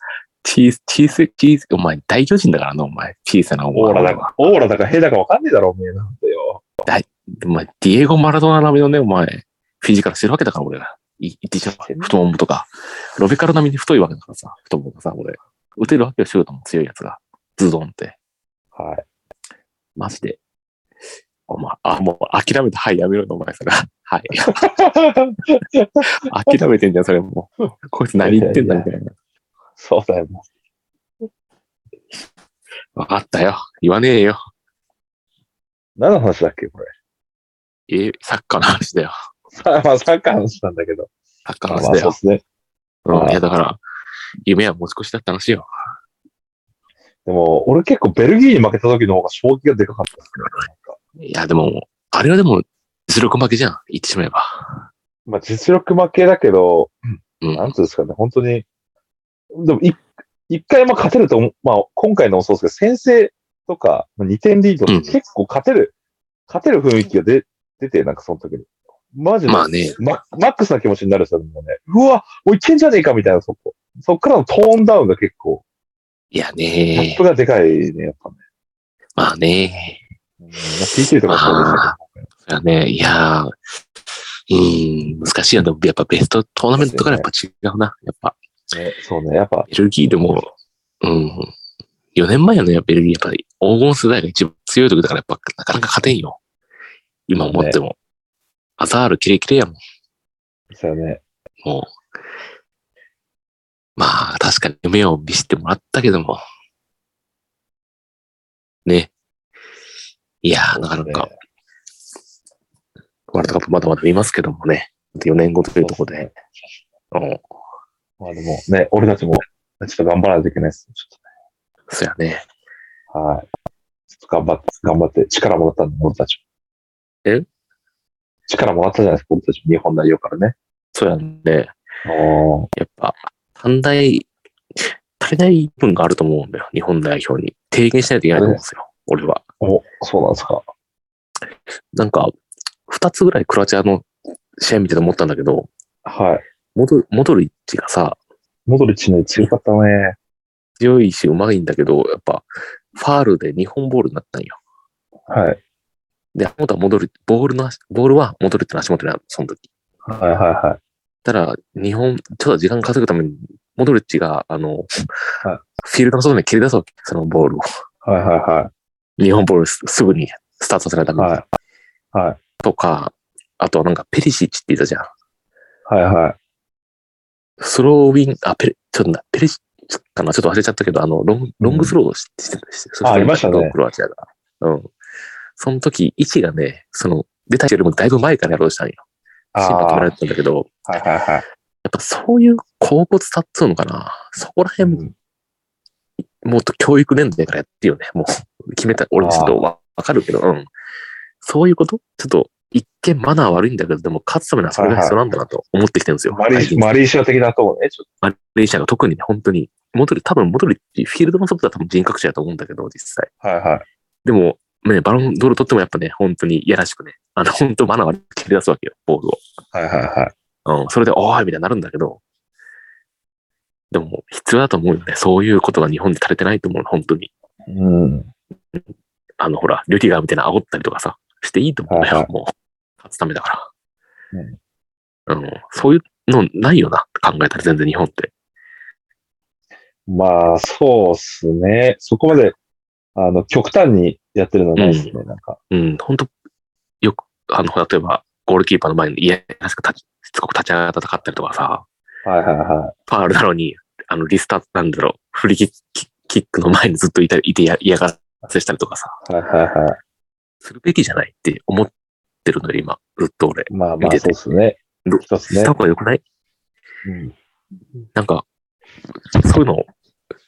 Speaker 1: 小さ小さ小さお前、大巨人だから <laughs> な、お前。小さな
Speaker 2: オー
Speaker 1: オー
Speaker 2: ラ
Speaker 1: ラだ
Speaker 2: だか、オーラだか、兵だかわかんねえだろ、おめえなんだよ。
Speaker 1: お前、ディエゴ・マラドーナ並みのね、お前、フィジカルしてるわけだから、俺が。い言ってしまう。太ももとか。ロベカル並みに太いわけだからさ、太ももがさ、俺。打てるわけよ、シュートも強いやつが。ズドンって。
Speaker 2: はい。
Speaker 1: マジで。お前、あ、もう諦めて、はい、やめろよ、お前、それ。はい。 <laughs>
Speaker 2: <laughs>
Speaker 1: 諦めてんじゃん、それもう。こいつ何言ってんだ、みたいな。
Speaker 2: そうだよ、も
Speaker 1: わかったよ。言わねえよ。
Speaker 2: う。何の話だっけ、これ。 <laughs>
Speaker 1: えーサッカーの話だよ。
Speaker 2: さまあ、サッカーの話なんだけど。
Speaker 1: サッカー
Speaker 2: ま
Speaker 1: の
Speaker 2: あ、
Speaker 1: 話だ
Speaker 2: そうで
Speaker 1: よ。
Speaker 2: すね。
Speaker 1: う
Speaker 2: ま
Speaker 1: ん、
Speaker 2: あ
Speaker 1: いや、だから、夢は持ち越しだった話よ。
Speaker 2: でも、俺結構ベルギーに負けた時の方が衝撃がでかかったですね。なんか
Speaker 1: いや、でも、あれはでも、実力負けじゃん。言ってしまえば。
Speaker 2: まあ、実力負けだけど、
Speaker 1: う
Speaker 2: なん
Speaker 1: ん。
Speaker 2: ていうんですかね、本当に。でも、い一回も勝てると思う、まあ、今回のもそうですけど、先制とか、2点リード、
Speaker 1: うん
Speaker 2: 結構勝てる、勝てる雰囲気が出出て、なんかその時に。マジで、
Speaker 1: まあね。
Speaker 2: ママックスな気持ちになるんですよ、みんなね。うわ、もういけんじゃねえか、みたいな、そこ。そっからのトーンダウンが結構、
Speaker 1: いや
Speaker 2: ギャッ
Speaker 1: ね
Speaker 2: プがでかいね、やっぱね。
Speaker 1: まあね
Speaker 2: うん、まあ PT とかもそうでしたけど
Speaker 1: そりゃね、いやーうん、難しいよ。でも、やっぱベストトーナメントからやっぱ違うな。やっぱ。
Speaker 2: ね、そうね、やっぱ、
Speaker 1: ベルギーでも、うん、4年前のね、ベルギーやっぱり黄金世代が一番強い時だからやっぱなかなか勝てんよ。今思っても。アザールキレキレやもん。
Speaker 2: そうよね。
Speaker 1: もう。まあ、確かに夢を見せてもらったけども。ね。いやー、なかなか、ワールドカップまだまだ見ますけどもね。4年後というところで。うん。
Speaker 2: まあでも、ね、俺たちも、ちょっと頑張らないといけないです。ちょっと
Speaker 1: そやね。
Speaker 2: はい。ちょっと頑張って、頑張って、力もらったんで、僕たちも。
Speaker 1: え
Speaker 2: 力もらったじゃないですか、僕たちも日本代表からね。
Speaker 1: そやね。
Speaker 2: お
Speaker 1: やっぱ、短大、足りない部分があると思うんだよ。日本代表に。提言しないといけないと思うんですよ。俺は。
Speaker 2: お、そうなんですか。
Speaker 1: なんか、二つぐらいクロアチアの試合見てて思ったんだけど、
Speaker 2: はい。
Speaker 1: 戻る、戻る位置がさ、
Speaker 2: モドリッチね、強かったね。
Speaker 1: 強いし、うまいんだけど、やっぱ、ファールで日本ボールになったんよ。
Speaker 2: はい。
Speaker 1: で、本当は戻る、ボールの足、ボールは戻るってのは足元にある、その時。
Speaker 2: はいはいはい。
Speaker 1: ただ、日本、ちょっと時間稼ぐために、モドリッチが、あの、
Speaker 2: はい
Speaker 1: フィールドの外に蹴り出すわけ、そのボールを。
Speaker 2: はいはいは
Speaker 1: 日本ボールすすぐにスタートさせないた
Speaker 2: い。
Speaker 1: めに。
Speaker 2: はい。はい。
Speaker 1: とか、あとはなんかペリシッチって言ったじゃん。
Speaker 2: はいはい。
Speaker 1: スローウィン、あ、ペリ、ちょっとな、ペリシッチかなちょっと忘れちゃったけど、あの、ロンロングスローをししてたして
Speaker 2: あありましたね
Speaker 1: クロアチアが。うん。その時、位置がね、その、出た人よりもだいぶ前からやろうとしたんよ。審判止めら
Speaker 2: は
Speaker 1: れてたんだけど、
Speaker 2: いはいはい。
Speaker 1: やっぱそういう高骨さっつうのかな。そこら
Speaker 2: う
Speaker 1: 辺、
Speaker 2: ん
Speaker 1: もっと教育年代からやってよね。もう、決めた、俺ちょっとわわかるけど、うん。そういうことちょっと、一見マナー悪いんだけど、でも勝つためにはそれが必要なんだなと思ってきてるんですよ。
Speaker 2: マリ
Speaker 1: 最
Speaker 2: ー
Speaker 1: 近
Speaker 2: マリーショ的なとこね、ちょっ
Speaker 1: マレーシアが特にね、本当に、モドリ、多分モドリッチ、フィールドの外は多分人格者だと思うんだけど、実際。
Speaker 2: と。はいはい。
Speaker 1: でも、ね、バロンドール取ってもやっぱね、本当にいやらしくね、あの、本当マナー悪く蹴り出すわけよ、ボール
Speaker 2: はいはいはい。
Speaker 1: を。うん、それで、おーいみたいになるんだけど、でも、必要だと思うよね。そういうことが日本でされてないと思うの、本当に。
Speaker 2: うん。
Speaker 1: あの、ほら、リュティガーみたいな煽ったりとかさ、していいと思うんだ
Speaker 2: は
Speaker 1: よ
Speaker 2: いは、
Speaker 1: もう。勝つためだから。うん、そういうのないよな、考えたら全然日本って。
Speaker 2: まあ、そうっすね。そこまで、あの、極端にやってるのはないですね、なんか。
Speaker 1: うん、本当よく、あの、例えば、ゴールキーパーの前に、いやらしく立ち、しつこく立ち上がって戦ったりとかさ、
Speaker 2: はいはいは
Speaker 1: ファールなのに、あの、リスタート、なんだろう、フリーキックキキックの前にずっといたいてや嫌がらせしたりとかさ、
Speaker 2: い。はいはいは
Speaker 1: するべきじゃないって思ってるのよ、今、ずっと俺。
Speaker 2: い。まあま
Speaker 1: 見
Speaker 2: あ、
Speaker 1: て
Speaker 2: そう
Speaker 1: て
Speaker 2: っすね
Speaker 1: ど。
Speaker 2: 一つ
Speaker 1: し
Speaker 2: ね
Speaker 1: た。方が良くない
Speaker 2: うん
Speaker 1: なんか、そういうのを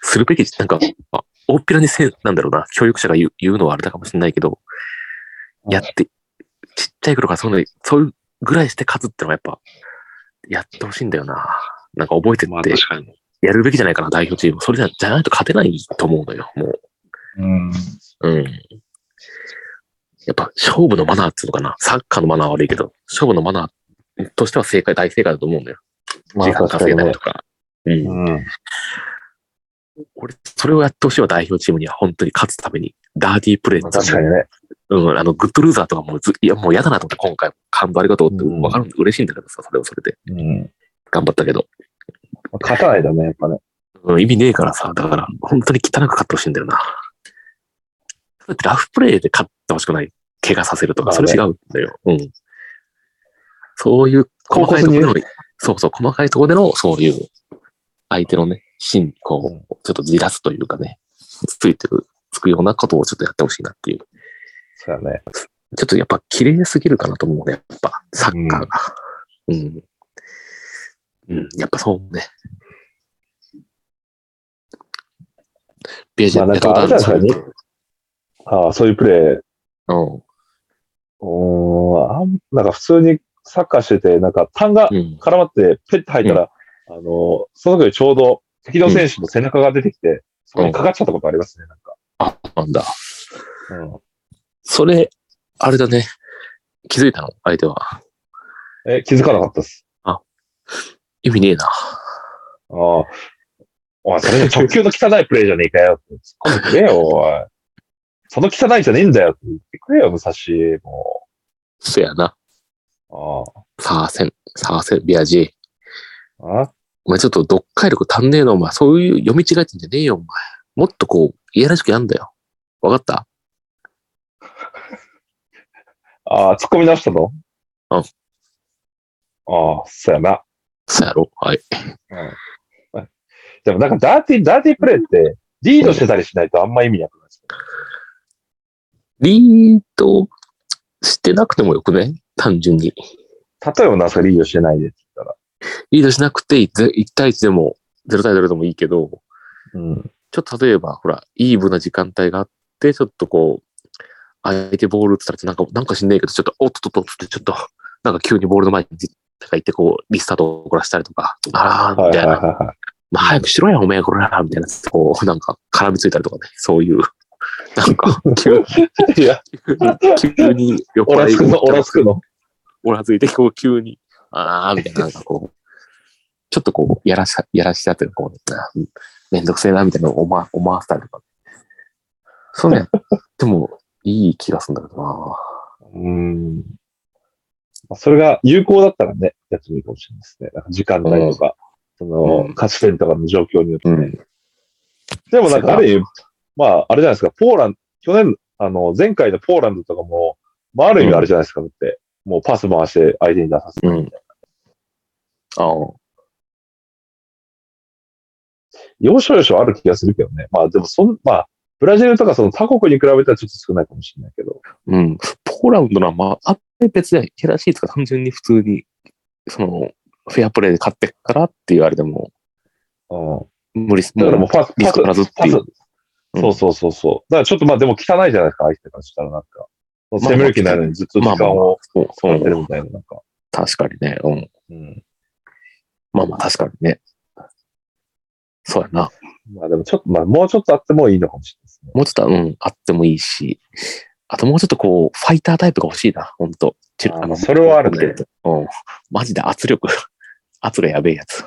Speaker 1: するべきじ、なんか、あ大っぴらにせ、なんだろうな、教育者が言う言うのはあれだかもしれないけど、やって、ちっちゃい頃からそういうの、そういうぐらいして勝つってのはやっぱ、やってほしいんだよな。なんか覚えて
Speaker 2: まあ
Speaker 1: って
Speaker 2: 確、かに。
Speaker 1: やるべきじゃないかな、代表チーム。それじゃじゃないと勝てないと思うのよ、も
Speaker 2: うん。
Speaker 1: う。うん。やっぱ勝負のマナーっていうのかな。サッカーのマナーは悪いけど、勝負のマナーとしては正解、大正解だと思うのよ。
Speaker 2: ま
Speaker 1: 時
Speaker 2: あ
Speaker 1: 間
Speaker 2: 確か
Speaker 1: 稼げ
Speaker 2: に
Speaker 1: ない
Speaker 2: ね
Speaker 1: と。か。うん
Speaker 2: うん。
Speaker 1: 俺、それをやってほしいわ、代表チームには、本当に勝つために。ダーティープレイ
Speaker 2: まあ確かにね。
Speaker 1: うん、あの、グッドルーザーとかもうず、いや、もう嫌だなと思って、今回、感動ありがとうって、
Speaker 2: うん
Speaker 1: わかるんで、嬉しいんだけどさ、それはそれで。
Speaker 2: うん。
Speaker 1: 頑張ったけど。
Speaker 2: まあ勝たないとね、やっぱね。
Speaker 1: うん、意味ねえからさ、だから、本当に汚く勝ってほしいんだよな。だってラフプレイで勝ってほしくない。怪我させるとか、それ違うんだよ。うん。そういう、細かいところでの、そうそう、細かいところでの、そういう、相手のね、芯、こう、ちょっとじらすというかね、ついてる、つくようなことをちょっとやってほしいなっていう。
Speaker 2: そうだね。
Speaker 1: ちょっとやっぱ綺麗すぎるかなと思うね、やっぱ、サッカーが。うん。うん、やっぱそうね。ビアジ
Speaker 2: まあなんか
Speaker 1: やったことある
Speaker 2: あれだよああ、そういうプレイ
Speaker 1: うん
Speaker 2: うーんあん、なんか普通にサッカーしてて、なんか単が
Speaker 1: うん。
Speaker 2: 絡まってペッて入ったら、あの、その時ちょうど敵の選手の背中が出てきて、そこにかかっちゃったことありますね、なんか。
Speaker 1: あ、なんだ。
Speaker 2: うん
Speaker 1: それ、あれだね。気づいたの相手は。
Speaker 2: え、気づかなかったです。
Speaker 1: 意味ねえな。
Speaker 2: ああ。おい、それの直球の汚いプレーじゃねえかよ。突っ込んでくれよ、おい。その汚いじゃねえんだよって言ってくれよ、武蔵。も
Speaker 1: せやな。
Speaker 2: う。
Speaker 1: サーセン、サーセン、ビアジ。
Speaker 2: ああ。あ
Speaker 1: お前ちょっと読解力足んねえの、お前。そういう読み違えてんじゃねえよ、お前。もっとこう、いやらしくやんだよ。わかった
Speaker 2: ああ、突っ込み直したの
Speaker 1: うん
Speaker 2: ああ、そうやな。
Speaker 1: そうやろはい。
Speaker 2: うん。でもなんかダーティー、ダーティープレイって、リードしてたりしないとあんま意味なくないですか
Speaker 1: リードしてなくてもよくね単純に。
Speaker 2: 例えばなんすかリードしてないでって言っ
Speaker 1: リードしなくて1対1でも0対0でもいいけど、
Speaker 2: たら。うん。
Speaker 1: ちょっと例えば、ほら、イーブな時間帯があって、ちょっとこう、相手ボール打ってたら、なんか、なんかしんねえけど、ちょっと、おっとっとっとって、ちょっと、なんか急にボールの前に、なんか行って、こう、リスタートを怒らせたりとか、あー、
Speaker 2: は
Speaker 1: み
Speaker 2: い
Speaker 1: た
Speaker 2: はいいは
Speaker 1: な。
Speaker 2: いはい。
Speaker 1: まあ、早くしろや、おめえ、これら、みたいな、こう、なんか、絡みついたりとかね、そういう、なん
Speaker 2: <laughs>
Speaker 1: か、急
Speaker 2: いや、
Speaker 1: に、急に酔っ
Speaker 2: オ
Speaker 1: 払
Speaker 2: ラ
Speaker 1: い
Speaker 2: つくの、オラつくの。
Speaker 1: おらついて、こう急に、
Speaker 2: <laughs>
Speaker 1: あーみたいな、なんかこう、ちょっとこう、やらしさ、やらしさというか、こう、あうんめんどくせえな、みたいなのを思わ思わせたりとか。そう
Speaker 2: <laughs>
Speaker 1: ね。でも、いい気がするんだけどな。
Speaker 2: うん。まあそれが有効だったらね、やってもいいかもしれないですね。なんか時間帯とか、その、
Speaker 1: うん
Speaker 2: 勝ち点とかの状況によって、ね
Speaker 1: うん
Speaker 2: でもなんかある意味、まあ、あれじゃないですか、ポーランド、去年、あの、前回のポーランドとかも、まあある意味あれじゃないですか、だって、もうパス回して相手に出させる。
Speaker 1: うん。ああ。
Speaker 2: 要所要所ある気がするけどね。まあでもそん、まあ、ブラジルとかその他国に比べたらちょっと少ないかもしれないけど。
Speaker 1: うん。ポーランドのは、まあ、あんまり別に、ヘラシーとか単純に普通に、その、フェアプレーで勝ってっからって言われても、
Speaker 2: うん。
Speaker 1: 無理っす、
Speaker 2: だからもうパス、
Speaker 1: リスクからずっていう
Speaker 2: パス
Speaker 1: うん
Speaker 2: そうそうそうそう。だからちょっとまあでも汚いじゃないですか、相手からしたらなんか。攻める気になるのにずっと時
Speaker 1: まあま
Speaker 2: 間
Speaker 1: あまあ
Speaker 2: を
Speaker 1: そう
Speaker 2: 使って
Speaker 1: う
Speaker 2: る
Speaker 1: ん
Speaker 2: みたいな、なんか。
Speaker 1: 確かにね。うん。
Speaker 2: うん。
Speaker 1: まあまあ、確かにね。そうやな。
Speaker 2: まあでもちょっと、まあもうちょっとあってもいいのかもしれないですね。
Speaker 1: もうちょっと、うん、あってもいいし、あともうちょっとこう、ファイタータイプが欲しいな、ほんと。チル
Speaker 2: あーそれはあるね。
Speaker 1: うん。マジで圧力。 <laughs> 圧がやべえやつ。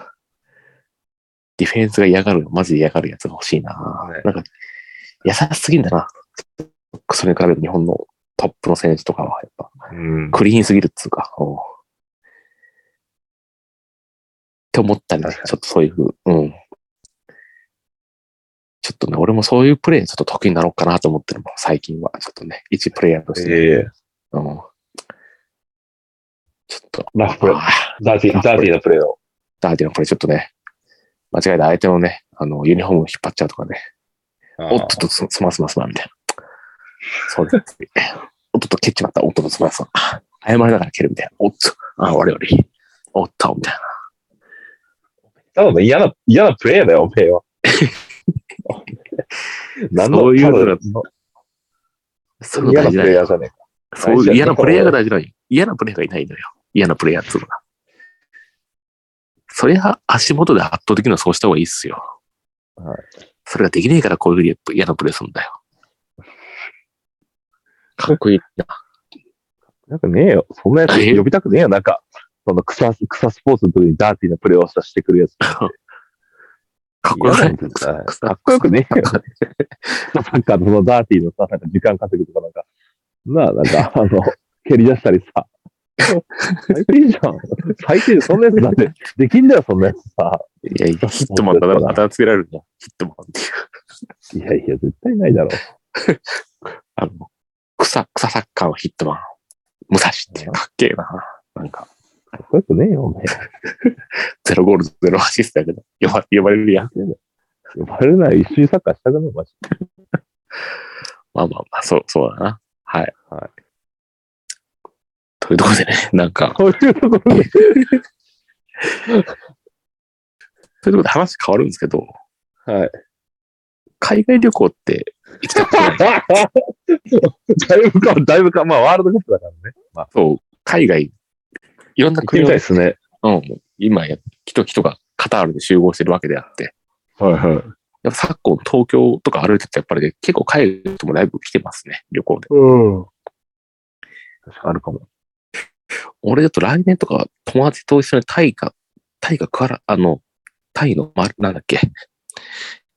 Speaker 1: ディフェンスが嫌がる、マジで嫌がるやつが欲しいな。
Speaker 2: ね
Speaker 1: なんか、優しすぎんだな。それに比べる日本のトップの選手とかは、やっぱ、
Speaker 2: うん。
Speaker 1: クリーンすぎるっつうか。うんって思ったり、ちょ
Speaker 2: 確かに
Speaker 1: っとそういうふう、うん。ちょっとね、俺もそういうプレイちょっと得意になろうかなと思ってるもん、最近は。ちょっとね、一プレイヤーとして。
Speaker 2: ええ
Speaker 1: うん、ちょっと、
Speaker 2: ラフプレー
Speaker 1: あー
Speaker 2: ダーティー、ダーティーなプレーを。
Speaker 1: ダーティーのこれちょっとね、間違えて相手のね、あの、ユニフォームを引っ張っちゃうとかね、おっとっとす、すますますま、みたいな。そうです。おっとっと蹴っちまった、おっとっとすますま。謝りながら蹴るみたいな。おっと、あ、我々。おっと、みたいな。
Speaker 2: ただの嫌な、嫌なプレイヤーだよ、おめえは。 <laughs> 何
Speaker 1: そういうの
Speaker 2: ただ
Speaker 1: がそういうの
Speaker 2: 嫌な
Speaker 1: 大事だ
Speaker 2: プレイ
Speaker 1: よ。
Speaker 2: ヤーじゃねえか。
Speaker 1: そういう嫌なプレイヤーが大事なのよ。嫌なプレイヤーがいないのよ。嫌なプレイヤーっていうのが。そりゃ、足元で圧倒的にはそうした方がいいっすよ。
Speaker 2: はい
Speaker 1: それができねえから、こういう嫌なプレイするんだよ。かっこいいな。
Speaker 2: なんかねえよ。そんなやつ呼びたくねえよ。なんか、その草、草スポーツの時にダーティーなプレーをさせてくるやつ。
Speaker 1: かっこよくない
Speaker 2: 嫌なんだよかっこよくねえよ。なんか、そのダーティーのさ、なんか時間稼ぎとかなんか、なあ、なんか、あの、蹴り出したりさ。最低じゃん。最低そんなやつだって、できんだよ、そんなやつさ。
Speaker 1: いやいや、ヒットマンだな、頭つけられるじゃん。ヒットマンっていう。
Speaker 2: いやいや、絶対ないだろう。
Speaker 1: あの、草、草サッカーのヒットマン。武蔵っていうかっけえな。なんか、
Speaker 2: かっこよくねえよ、お前。
Speaker 1: ゼロゴール、ゼロアシストやけど、呼ば呼ばれるやん。
Speaker 2: 呼ばれるなら一緒にサッカーしたくない、マジ
Speaker 1: まあまあまあ、そう、そうだな。はい。
Speaker 2: はい
Speaker 1: というところでね、なんか、
Speaker 2: そういうところで。
Speaker 1: というところで話変わるんですけど、
Speaker 2: はい。
Speaker 1: 海外旅行って行きたくない。
Speaker 2: だいぶか、だいぶか、まあ、ワールドカップだからね。
Speaker 1: <laughs> そう、海外、いろんな
Speaker 2: 行って
Speaker 1: 国
Speaker 2: み
Speaker 1: を
Speaker 2: たい、ですね。
Speaker 1: うん、今や、人人がカタールで集合してるわけであって、
Speaker 2: はいはい。
Speaker 1: やっぱ昨今東京とか歩いててやっぱりね、結構海外の人もだいぶ来てますね、旅行で。
Speaker 2: うん。確かあるかも。
Speaker 1: 俺ちょっと来年とか友達と一緒にタイか、タイかから、あの、タイの、ま、なんだっけ、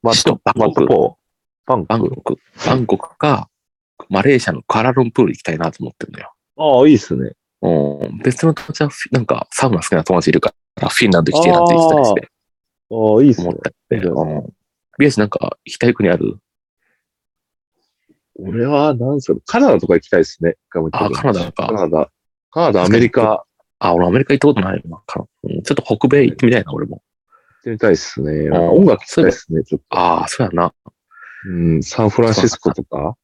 Speaker 2: マ
Speaker 1: ット
Speaker 2: マットポー。バン
Speaker 1: バンコク、バンコクか、マレーシアのクアラルンプール行きたいなと思ってるのよ。
Speaker 2: ああ、いいっすね。
Speaker 1: うん、別の友達はフィ、なんか、サウナ好きな友達いるから、フィンランド行きたいなって言ってたりして、
Speaker 2: ああ、いいっす
Speaker 1: 思
Speaker 2: ね
Speaker 1: っ。たりして、
Speaker 2: いいじゃ
Speaker 1: うん。ビアシなんか、行きたい国ある
Speaker 2: 俺は、なんすか、カナダとか行きたいっすね。
Speaker 1: あ、カナダ
Speaker 2: カ
Speaker 1: か。
Speaker 2: ナダ。カナダ、アメリカ行
Speaker 1: あ、俺アメリカ行ったことないな。カナうんちょっと北米行ってみたいな、俺も。
Speaker 2: ってみたいっすね。
Speaker 1: ああ
Speaker 2: 音楽聞きたいっすね、ちょっと。
Speaker 1: ああ、そうやな。
Speaker 2: うん、サンフランシスコとか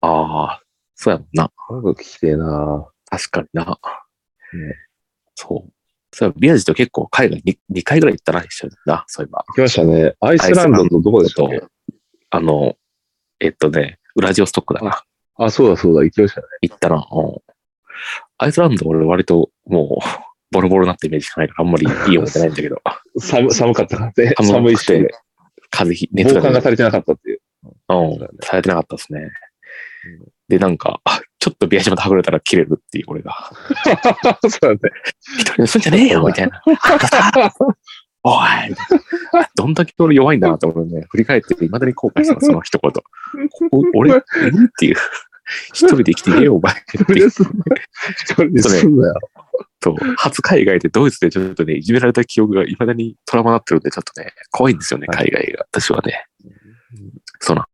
Speaker 1: ああ、そうやもんな。
Speaker 2: 音楽聞きてえな
Speaker 1: 確かにな。そう。そういえばビアジと結構海外に 2, 回ぐらい行ったな、一緒にな、そういえば。
Speaker 2: 行きましたね。アイスランドとどこでしたっ
Speaker 1: と
Speaker 2: け、
Speaker 1: あの、えっとね、ウラジオストックだな。
Speaker 2: あ、そうだそうだ、行きましたね。
Speaker 1: 行ったな。うん。アイスランド俺割ともう、 <laughs> ボロボロになったイメージしかないから、あんまりいい思い出ないんだけど。
Speaker 2: 寒寒かったで
Speaker 1: 寒くて
Speaker 2: <laughs> 寒いし、
Speaker 1: 風邪ひ、熱
Speaker 2: 防
Speaker 1: が
Speaker 2: 寒が
Speaker 1: 出て、
Speaker 2: 足りてなかったってい
Speaker 1: う
Speaker 2: う。 <laughs>
Speaker 1: ん
Speaker 2: そうだね、
Speaker 1: されてなかったですね。で、なんか、 <laughs> あちょっとビア島ではぐれたら切れるっていう、俺が。
Speaker 2: そうだね。
Speaker 1: 一人で住んじゃねえよみたい
Speaker 2: <laughs>
Speaker 1: な。おいみたいなどんだけ俺弱いんだなと思うね。振り返って、未だに後悔したのその一言。お俺、えっていう。一人で生きてねえよ、お前。って
Speaker 2: 一人
Speaker 1: いう
Speaker 2: ですんなよ。一人ですんなよ。
Speaker 1: と、初海外でドイツでちょっとね、いじめられた記憶が未だにトラウマになってるんで、ちょっとね、怖いんですよね、
Speaker 2: は
Speaker 1: 海外が。私はね。そうなん。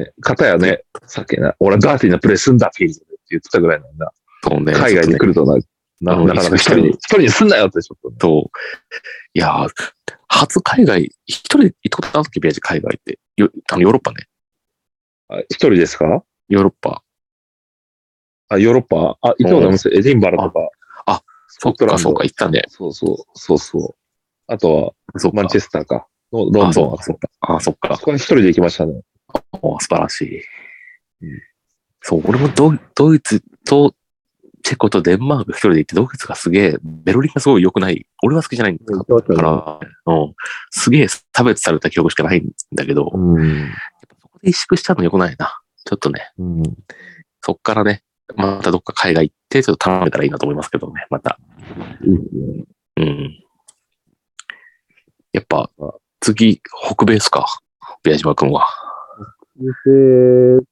Speaker 2: ね、片やね、さっきな、俺はダーティーなプレーすんだ、フィールドでって言ってたぐらいなんだ。
Speaker 1: そうね。
Speaker 2: 海外に来るとな、な
Speaker 1: あの
Speaker 2: なかなか一人に、一人にすんなよってちょっとね。
Speaker 1: と、いやー、初海外、一人で行ったことある時、ビアジ海外って。よあのヨーロッパね。
Speaker 2: あ一人ですか
Speaker 1: ヨーロッパ。
Speaker 2: あ、ヨーロッパあ、伊藤の店、エディンバラとか。
Speaker 1: あ、そっ
Speaker 2: トラン
Speaker 1: か、
Speaker 2: ド
Speaker 1: そうか、行ったね。
Speaker 2: そうそう、そうそう。あと
Speaker 1: そっ
Speaker 2: は、マン
Speaker 1: か。
Speaker 2: チェスターか。のロンドンは、
Speaker 1: あ
Speaker 2: そ
Speaker 1: そうう
Speaker 2: か。
Speaker 1: あ、そっか
Speaker 2: そ。こに一人で行きましたね。
Speaker 1: お素晴らしい。そう、俺もドドイツとチェコとデンマーク一人で行って、ドイツがすげえ、ベルリンがすごい良くない。俺は好きじゃないんだから、うん、すげえ差別された記憶しかないんだけど、やっ
Speaker 2: うん。
Speaker 1: ぱそこで萎縮しちゃうの良くないな。ちょっとね、
Speaker 2: うん。
Speaker 1: そっからね、またどっか海外行って、ちょっと頼めたらいいなと思いますけどね、また。
Speaker 2: いいですね。
Speaker 1: うん。やっぱ、次、北米っすか宮島くんは。
Speaker 2: で、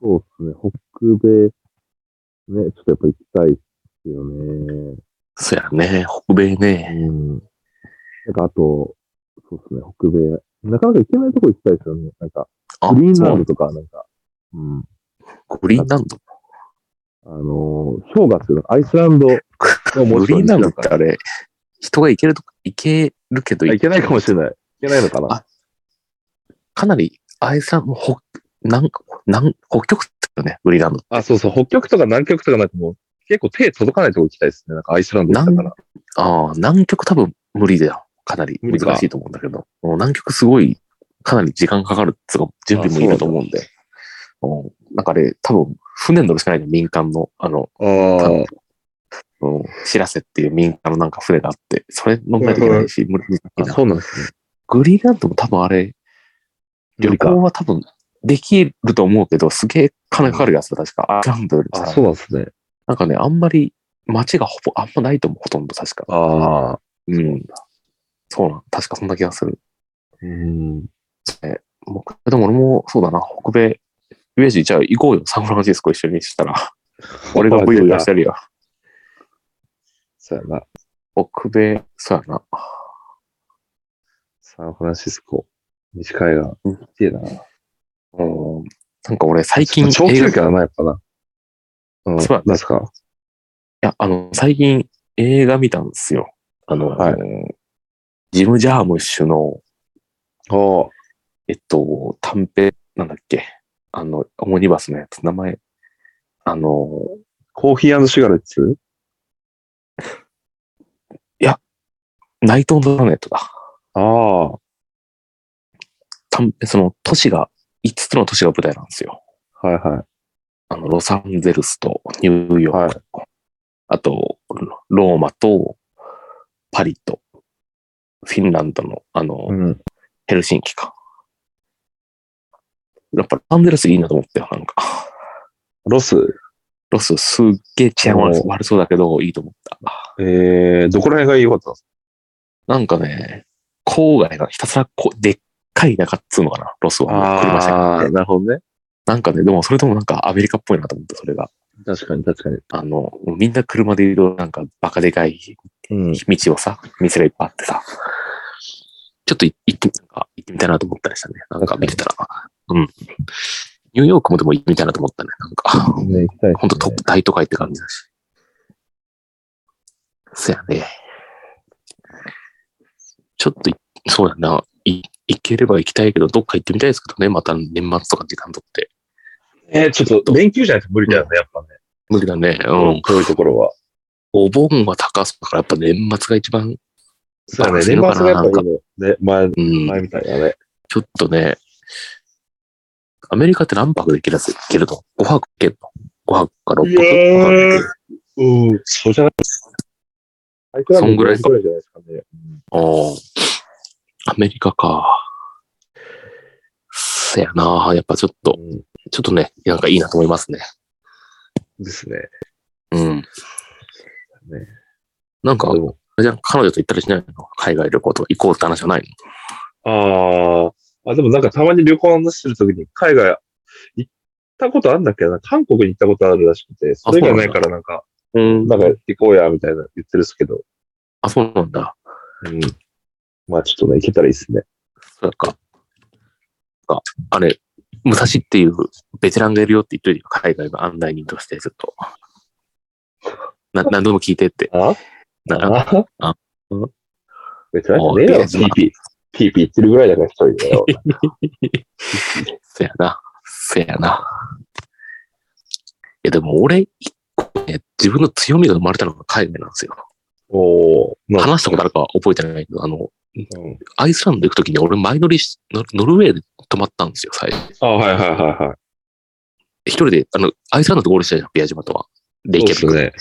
Speaker 2: そうですね、北米、ね、ちょっとやっぱ行きたいですよね。
Speaker 1: そやね、北米ね。
Speaker 2: うん。なんかあと、そうですね、北米、なかなか行けないとこ行きたいですよね。なんか、
Speaker 1: あ、
Speaker 2: グリーンラン
Speaker 1: そう
Speaker 2: ドとか、なんか、うん。
Speaker 1: グリーンランド
Speaker 2: あのー、氷河っていうのアイスランドのも
Speaker 1: グ
Speaker 2: ちろ
Speaker 1: リー
Speaker 2: ん
Speaker 1: ンランドっ
Speaker 2: 行
Speaker 1: てあれ、人が行けると、行けるけど、
Speaker 2: けないかもしれない。行けないのかな
Speaker 1: あかなり、あいさん、北、南、南、北極っすよね、グリーンランド。
Speaker 2: あそうそう、北極とか南極とかなんかもう、結構手届かないとこ行きたいですね。なんかアイスランド行ったから。
Speaker 1: ああ、南極多分無理だよ。かなり
Speaker 2: 無理
Speaker 1: 難
Speaker 2: か
Speaker 1: しいと思うんだけど。もう南極すごい、かなり時間かかるっつうか、準備もいると思うんで。うんなんかあれ、多分、船に乗るしかないの、民間の、あの、
Speaker 2: ああ。
Speaker 1: うん、知らせっていう民間のなんか船があって、それ乗んないといけないし、無理
Speaker 2: あ
Speaker 1: な
Speaker 2: そうなんですね。
Speaker 1: グリーンランドも多分あれ、
Speaker 2: 無
Speaker 1: 旅
Speaker 2: 理か
Speaker 1: 行は多分できると思うけど、すげえ金かかるやつだ、確か。アイスランドより
Speaker 2: あ、
Speaker 1: さ
Speaker 2: そうなんですね。
Speaker 1: なんかね、あんまり街がほぼ、あんまないと思う、ほとんど確か。
Speaker 2: ああ。
Speaker 1: うん。そうなん、確かそんな気がする。
Speaker 2: うん。
Speaker 1: もうでも俺も、そうだな、北米、イメージ、じゃあ行こうよ、サンフランシスコ一緒にした
Speaker 2: <laughs>
Speaker 1: ら。俺がブイブイ出してるよ。
Speaker 2: そうやな。
Speaker 1: 北米、そうやな。
Speaker 2: サンフランシスコ。西海
Speaker 1: う
Speaker 2: 岸。きれいだな。
Speaker 1: うん。なんか俺、最近
Speaker 2: ちょっと長距
Speaker 1: 映画
Speaker 2: 離感な、やっぱな。うん。
Speaker 1: そうなん
Speaker 2: なんすか。
Speaker 1: いや、あの、最近映画見たんですよ。あの、
Speaker 2: はい
Speaker 1: ジム・ジャームッシュの、
Speaker 2: おー
Speaker 1: えっと、短編、なんだっけ、あの、オモニバスのやつ、名前、あの、
Speaker 2: コーヒーシュガレッツ
Speaker 1: ナイト・オン・ザ・プラネットだ。
Speaker 2: ああ。は
Speaker 1: 短編、その、都市が、5つの都市が舞台なんですよ。
Speaker 2: いは
Speaker 1: あの、ロサンゼルスとニューヨークと、あと、ローマと、パリと、フィンランドの、あの、
Speaker 2: い。うん。
Speaker 1: ヘルシンキか。やっぱロサンゼルスいいなと思ったよ、なんか。
Speaker 2: ロス。
Speaker 1: ロスすっげえ治安悪
Speaker 2: お
Speaker 1: 悪そうだけど、いいと思った。
Speaker 2: えー、どこら辺が良かったんです
Speaker 1: なんかね、郊外がひたすらこう、でっかい田舎っつうのかな、ロス
Speaker 2: か
Speaker 1: は。車社会で
Speaker 2: なるほどね。
Speaker 1: なんかね、でもそれともなんかアメリカっぽいなと思って、それが。
Speaker 2: 確かに確かに。
Speaker 1: あの、みんな車で移動、なんかバカでかい
Speaker 2: うん。
Speaker 1: 道をさ、店がいっぱいあってさ、ちょっとい行ってみなんか行ってみたいなと思ったりしたね。なんか見てたら。うん。ニューヨークもでも行ってみたいなと思ったね。なんか、
Speaker 2: ね、行きたい、ね。
Speaker 1: ほんと都大都会って感じだし。そやね。ちょっとい、そうやな。い行ければ行きたいけど、どっか行ってみたいですけどね。また年末とか時間取って。
Speaker 2: えー、ちょっと、連休じゃないと無理だよね、やっぱね。
Speaker 1: 無理だね。うん。
Speaker 2: 遠いところは。
Speaker 1: お盆は高そうだから、やっぱ年末が一番、
Speaker 2: そうだね、
Speaker 1: そう
Speaker 2: 年
Speaker 1: なのか
Speaker 2: 末が
Speaker 1: な
Speaker 2: やっぱいいの。ね、前、
Speaker 1: うん。
Speaker 2: 前みたいだね。
Speaker 1: ちょっとね、アメリカって何泊で行ける行けるの ?5 泊行けるの ?5 泊か6泊わかんないけど
Speaker 2: うん。そうじゃない。
Speaker 1: そんぐらいか
Speaker 2: そんぐらいじゃないですかね。
Speaker 1: おーアメリカか。せやなやっぱちょっと、
Speaker 2: うん。
Speaker 1: ちょっとね、なんかいいなと思いますね。
Speaker 2: ですね。
Speaker 1: うん。なんか、あ
Speaker 2: でも
Speaker 1: れじゃん彼女と行ったりしないの海外旅行とか行こうって話はない
Speaker 2: ああ、あ、でもなんかたまに旅行の話するときに、海外行ったことあるんだっけな韓国に行ったことあるらしくて、それ以外ないからなんか、
Speaker 1: のうん
Speaker 2: なんか行こうや、みたいな言ってるっすけど、
Speaker 1: あ、そうなんだ。
Speaker 2: うん。まあちょっとね、行けたらいいっすね。
Speaker 1: そうか。なんかあれ、武蔵っていうベテランがいるよって言っといてよ、海外の案内人として、ちょっと。
Speaker 2: <laughs>
Speaker 1: な何でも聞いてって。
Speaker 2: あ
Speaker 1: なら、
Speaker 2: あ
Speaker 1: あ
Speaker 2: うん別に
Speaker 1: もう
Speaker 2: ねえだ
Speaker 1: い
Speaker 2: ろ、
Speaker 1: やそんな
Speaker 2: PP。PP 言ってるぐらいだから一人だよ。
Speaker 1: せやな。せやな。いや、でも俺、一個ね、自分の強みが生まれたのが海外なんですよ。
Speaker 2: おー。まあ
Speaker 1: 話したことあるかは覚えてないけど、あの、
Speaker 2: うん
Speaker 1: アイスランド行くときに俺前乗りし、ノノルウェーで泊まったんですよ、最初。
Speaker 2: あ、はいはいはいはい。
Speaker 1: 一人で、あの、アイスランドとゴールしたじゃん、宮島とは。レイキャビ
Speaker 2: そう
Speaker 1: ク
Speaker 2: で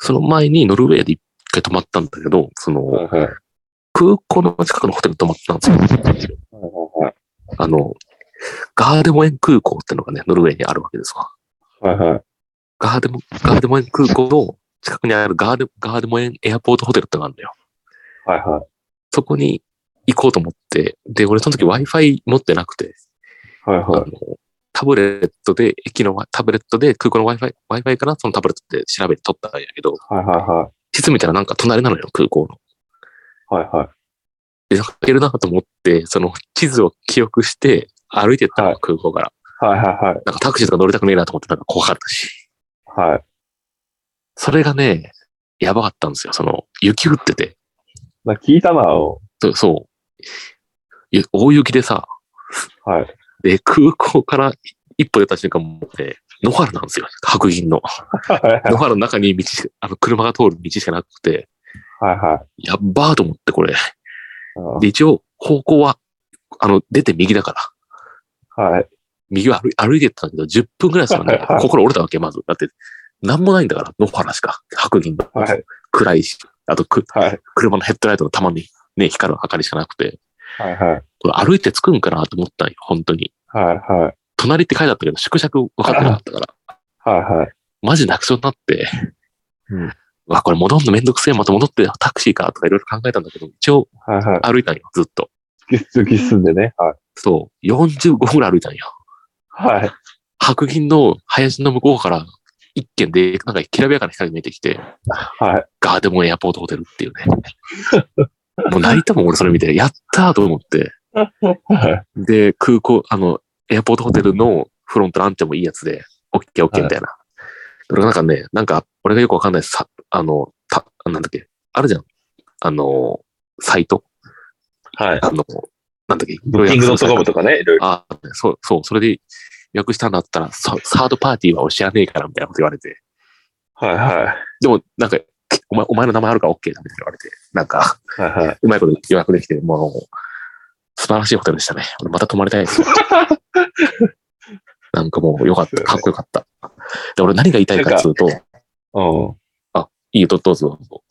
Speaker 1: その前にノルウェーで一回泊まったんだけど、その、
Speaker 2: はいはい。はい
Speaker 1: 空港の近くのホテルに泊まったんですよ。
Speaker 2: は
Speaker 1: あの、ガーデモエン空港ってのがね、ノルウェーにあるわけですわ。
Speaker 2: いはい。はいはい。
Speaker 1: ガーデモ、ガーデモエン空港の近くにあるガーデ、ガーデモエンエアポートホテルってのがあるんだよ。
Speaker 2: はいは
Speaker 1: そこに行こうと思って、で、俺その時 Wi-Fi 持ってなくて、
Speaker 2: い。はい
Speaker 1: あ
Speaker 2: は
Speaker 1: のタブレットで、駅のワタブレットで空港の Wi-Fi、Wi-Fi かなそのタブレットで調べて撮ったんやけど、
Speaker 2: い。はいはいはい。
Speaker 1: 地図見たらなんか隣なのよ、空港の。
Speaker 2: はいはい。
Speaker 1: で、なんか行けるなと思って、その地図を記憶して歩いてったの、
Speaker 2: はい
Speaker 1: 空港から。
Speaker 2: はいはい
Speaker 1: なんかタクシーとか乗りたくねえなと思って、なんか怖かったし。
Speaker 2: はい。はい。
Speaker 1: それがね、やばかったんですよ。その、雪降ってて。
Speaker 2: まあ、聞いたな、うん
Speaker 1: そうそう。ゆ大雪でさ、
Speaker 2: はい。
Speaker 1: で、空港から一歩出た瞬間、もうね、野原なんですよ。白銀の。
Speaker 2: はい
Speaker 1: 野原の中に道しか、あの、車が通る道しかなくて、
Speaker 2: は
Speaker 1: やっばーと思って、これ。
Speaker 2: い。うん
Speaker 1: で、一応、方向は、あの、出て右だから、
Speaker 2: はい。
Speaker 1: 右を歩い歩いてったんだけど、10分ぐらいしたらね
Speaker 2: はい、
Speaker 1: 心折れたわけ、まず。だって、なんもないんだから、野原しか、白銀の。
Speaker 2: はい。
Speaker 1: 暗いし、あとく、
Speaker 2: はい。
Speaker 1: 車のヘッドライトのたまにね、光る明かりしかなくて、
Speaker 2: はいはい。
Speaker 1: これ歩いて着くんかなと思ったんよ、本当に。
Speaker 2: はいはい。
Speaker 1: 隣って書いてあったけど、縮尺分かってなかったから、
Speaker 2: はいはい。
Speaker 1: マジ泣きそうになって、
Speaker 2: うん
Speaker 1: うわ、これ戻んのめんどくせえ、また戻ってタクシーかとかいろいろ考えたんだけど、一応
Speaker 2: はいはい。
Speaker 1: 歩いたんよ、ずっと。
Speaker 2: 突き突き進んでね。はい。
Speaker 1: そう、45分ぐらい歩いたんよ。
Speaker 2: はい。
Speaker 1: 白銀の林の向こうから、一軒で、なんかきらびやかな光が見えてきて、
Speaker 2: はい。
Speaker 1: ガーデモンエアポートホテルっていうね。
Speaker 2: <laughs>
Speaker 1: もう泣いたもん、俺それ見て。やったーと思って。
Speaker 2: はい。
Speaker 1: で、空港、あの、エアポートホテルのフロントランてもいいやつで、オッケーオッケーみたいな。俺がなんかね、なんか、俺がよくわかんないさ、あの、た、なんだっけ、あるじゃん。あの、サイト
Speaker 2: はい。
Speaker 1: あの、なんだっけ、
Speaker 2: ブッキングドットコムとかね、いろいろ。
Speaker 1: ああ、そう、そう、それで予約したんだったら、ササードパーティーは俺知らねえからみたいなこと言われて。
Speaker 2: はいはい。
Speaker 1: でも、なんか、お前、お前の名前あるからオッケーだみたいな言われて。なんか、
Speaker 2: はいは
Speaker 1: うまいこと予約できて、もう、素晴らしいホテルでしたね。俺また泊まり
Speaker 2: <laughs>
Speaker 1: たいですよ。なんかもう良かった。かっこよかった。で、俺何が言いたいかっていうと、
Speaker 2: い。うん。
Speaker 1: いいよ、どどうぞどうぞ。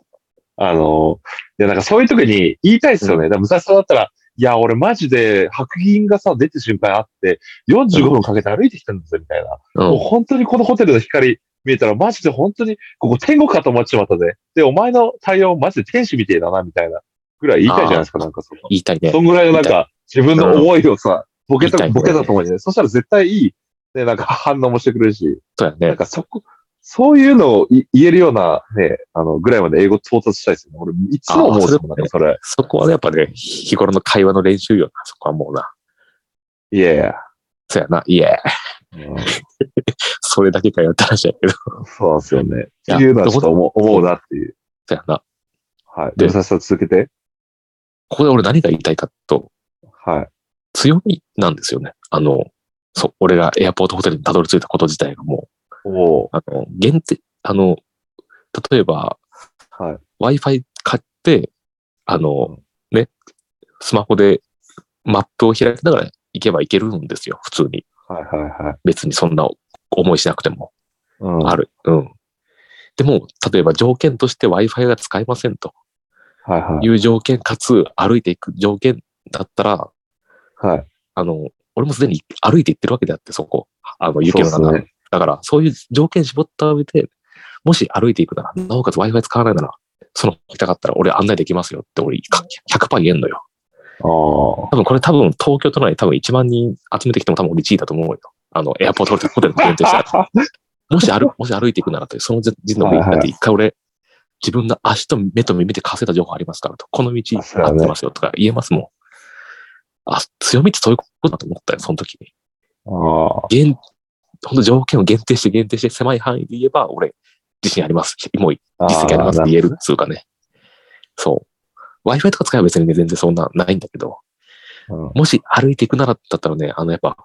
Speaker 2: あの、いや、なんかそういう時に言いたいですよね。だから武蔵さんだったら、いや、俺マジで白銀がさ、出て瞬間あって、45分かけて歩いてきたんですよ、みたいな。
Speaker 1: う。
Speaker 2: もうん本当にこのホテルの光見えたら、マジで本当に、ここ天国かと思っちまったぜ。で、お前の対応マジで天使みてえだな、みたいな。ぐらい言いたいじゃないですか、なんかその。
Speaker 1: 言いたいね
Speaker 2: そ。んぐらいのなんか、自分の思いをさ、ボケ
Speaker 1: 言
Speaker 2: た、
Speaker 1: いたいね
Speaker 2: ボケたともにね、そしたら絶対いい、ね、なんか反応もしてくれるし、
Speaker 1: そうや
Speaker 2: なん
Speaker 1: ね。
Speaker 2: かそこ、そういうのをい言えるようなね、あの、ぐらいまで英語到達したいですよね。俺、いつも思うですもん、なん
Speaker 1: あ
Speaker 2: かそれ。
Speaker 1: そこはねやっぱね、日頃の会話の練習よな。そこはもうな。
Speaker 2: いやいや。
Speaker 1: そうやな。いや、それだけかよって話やけど。そ
Speaker 2: そうなんですよね。って
Speaker 1: いや
Speaker 2: いうのはちょっと思う思うなっていう。
Speaker 1: うやな。
Speaker 2: はい。
Speaker 1: で
Speaker 2: で、さっさと続けて。
Speaker 1: ここで俺何が言いたいかと、
Speaker 2: はい。
Speaker 1: 強みなんですよね。あの、そう、俺がエアポートホテルにたどり着いたこと自体がもう、
Speaker 2: おう
Speaker 1: あの、限定、あの、例えば、
Speaker 2: はい。
Speaker 1: Wi-Fi 買って、あ
Speaker 2: う
Speaker 1: の、ね、スマホでマップを開きながら行けば行けるんですよ、普通に。
Speaker 2: はいはいはい。
Speaker 1: 別にそんな思いしなくても。
Speaker 2: うん。
Speaker 1: ある。うん。でも、例えば条件として Wi-Fi が使えませんと
Speaker 2: はいはいい。
Speaker 1: う条件、かつ歩いていく条件だったら、
Speaker 2: はい。
Speaker 1: あの、俺もすでに歩いて行ってるわけであって、そこ。あの、雪の
Speaker 2: そう
Speaker 1: 中。
Speaker 2: ですね。
Speaker 1: だから、そういう条件絞った上で、もし歩いていくなら、なおかつ Wi-Fi 使わないなら、その、行きたかったら俺案内できますよって俺、か100%言えんのよ。
Speaker 2: ああ。
Speaker 1: 多分これ多分東京都内多分1万人集めてきても多分俺1位だと思うよ。あの、エアポートホテルホテル限定したら。もし歩、もし歩いていくならという、その時の上に、
Speaker 2: はいは
Speaker 1: だ
Speaker 2: い
Speaker 1: って一回俺、自分の足と目と耳で稼いだ情報ありますからと、この道
Speaker 2: そうだ
Speaker 1: 合
Speaker 2: ね
Speaker 1: ってますよとか言えますもん。あ、強みってそういうことだと思ったよ、その時に。
Speaker 2: ああ。
Speaker 1: 限、ほんと条件を限定して限定して狭い範囲で言えば、俺、自信あります。もう実績ありますって言えるっつうかね。そう。Wi-Fi とか使えば別にね、全然そんなないんだけど、
Speaker 2: うん
Speaker 1: もし歩いていくならだったらね、あのやっぱ、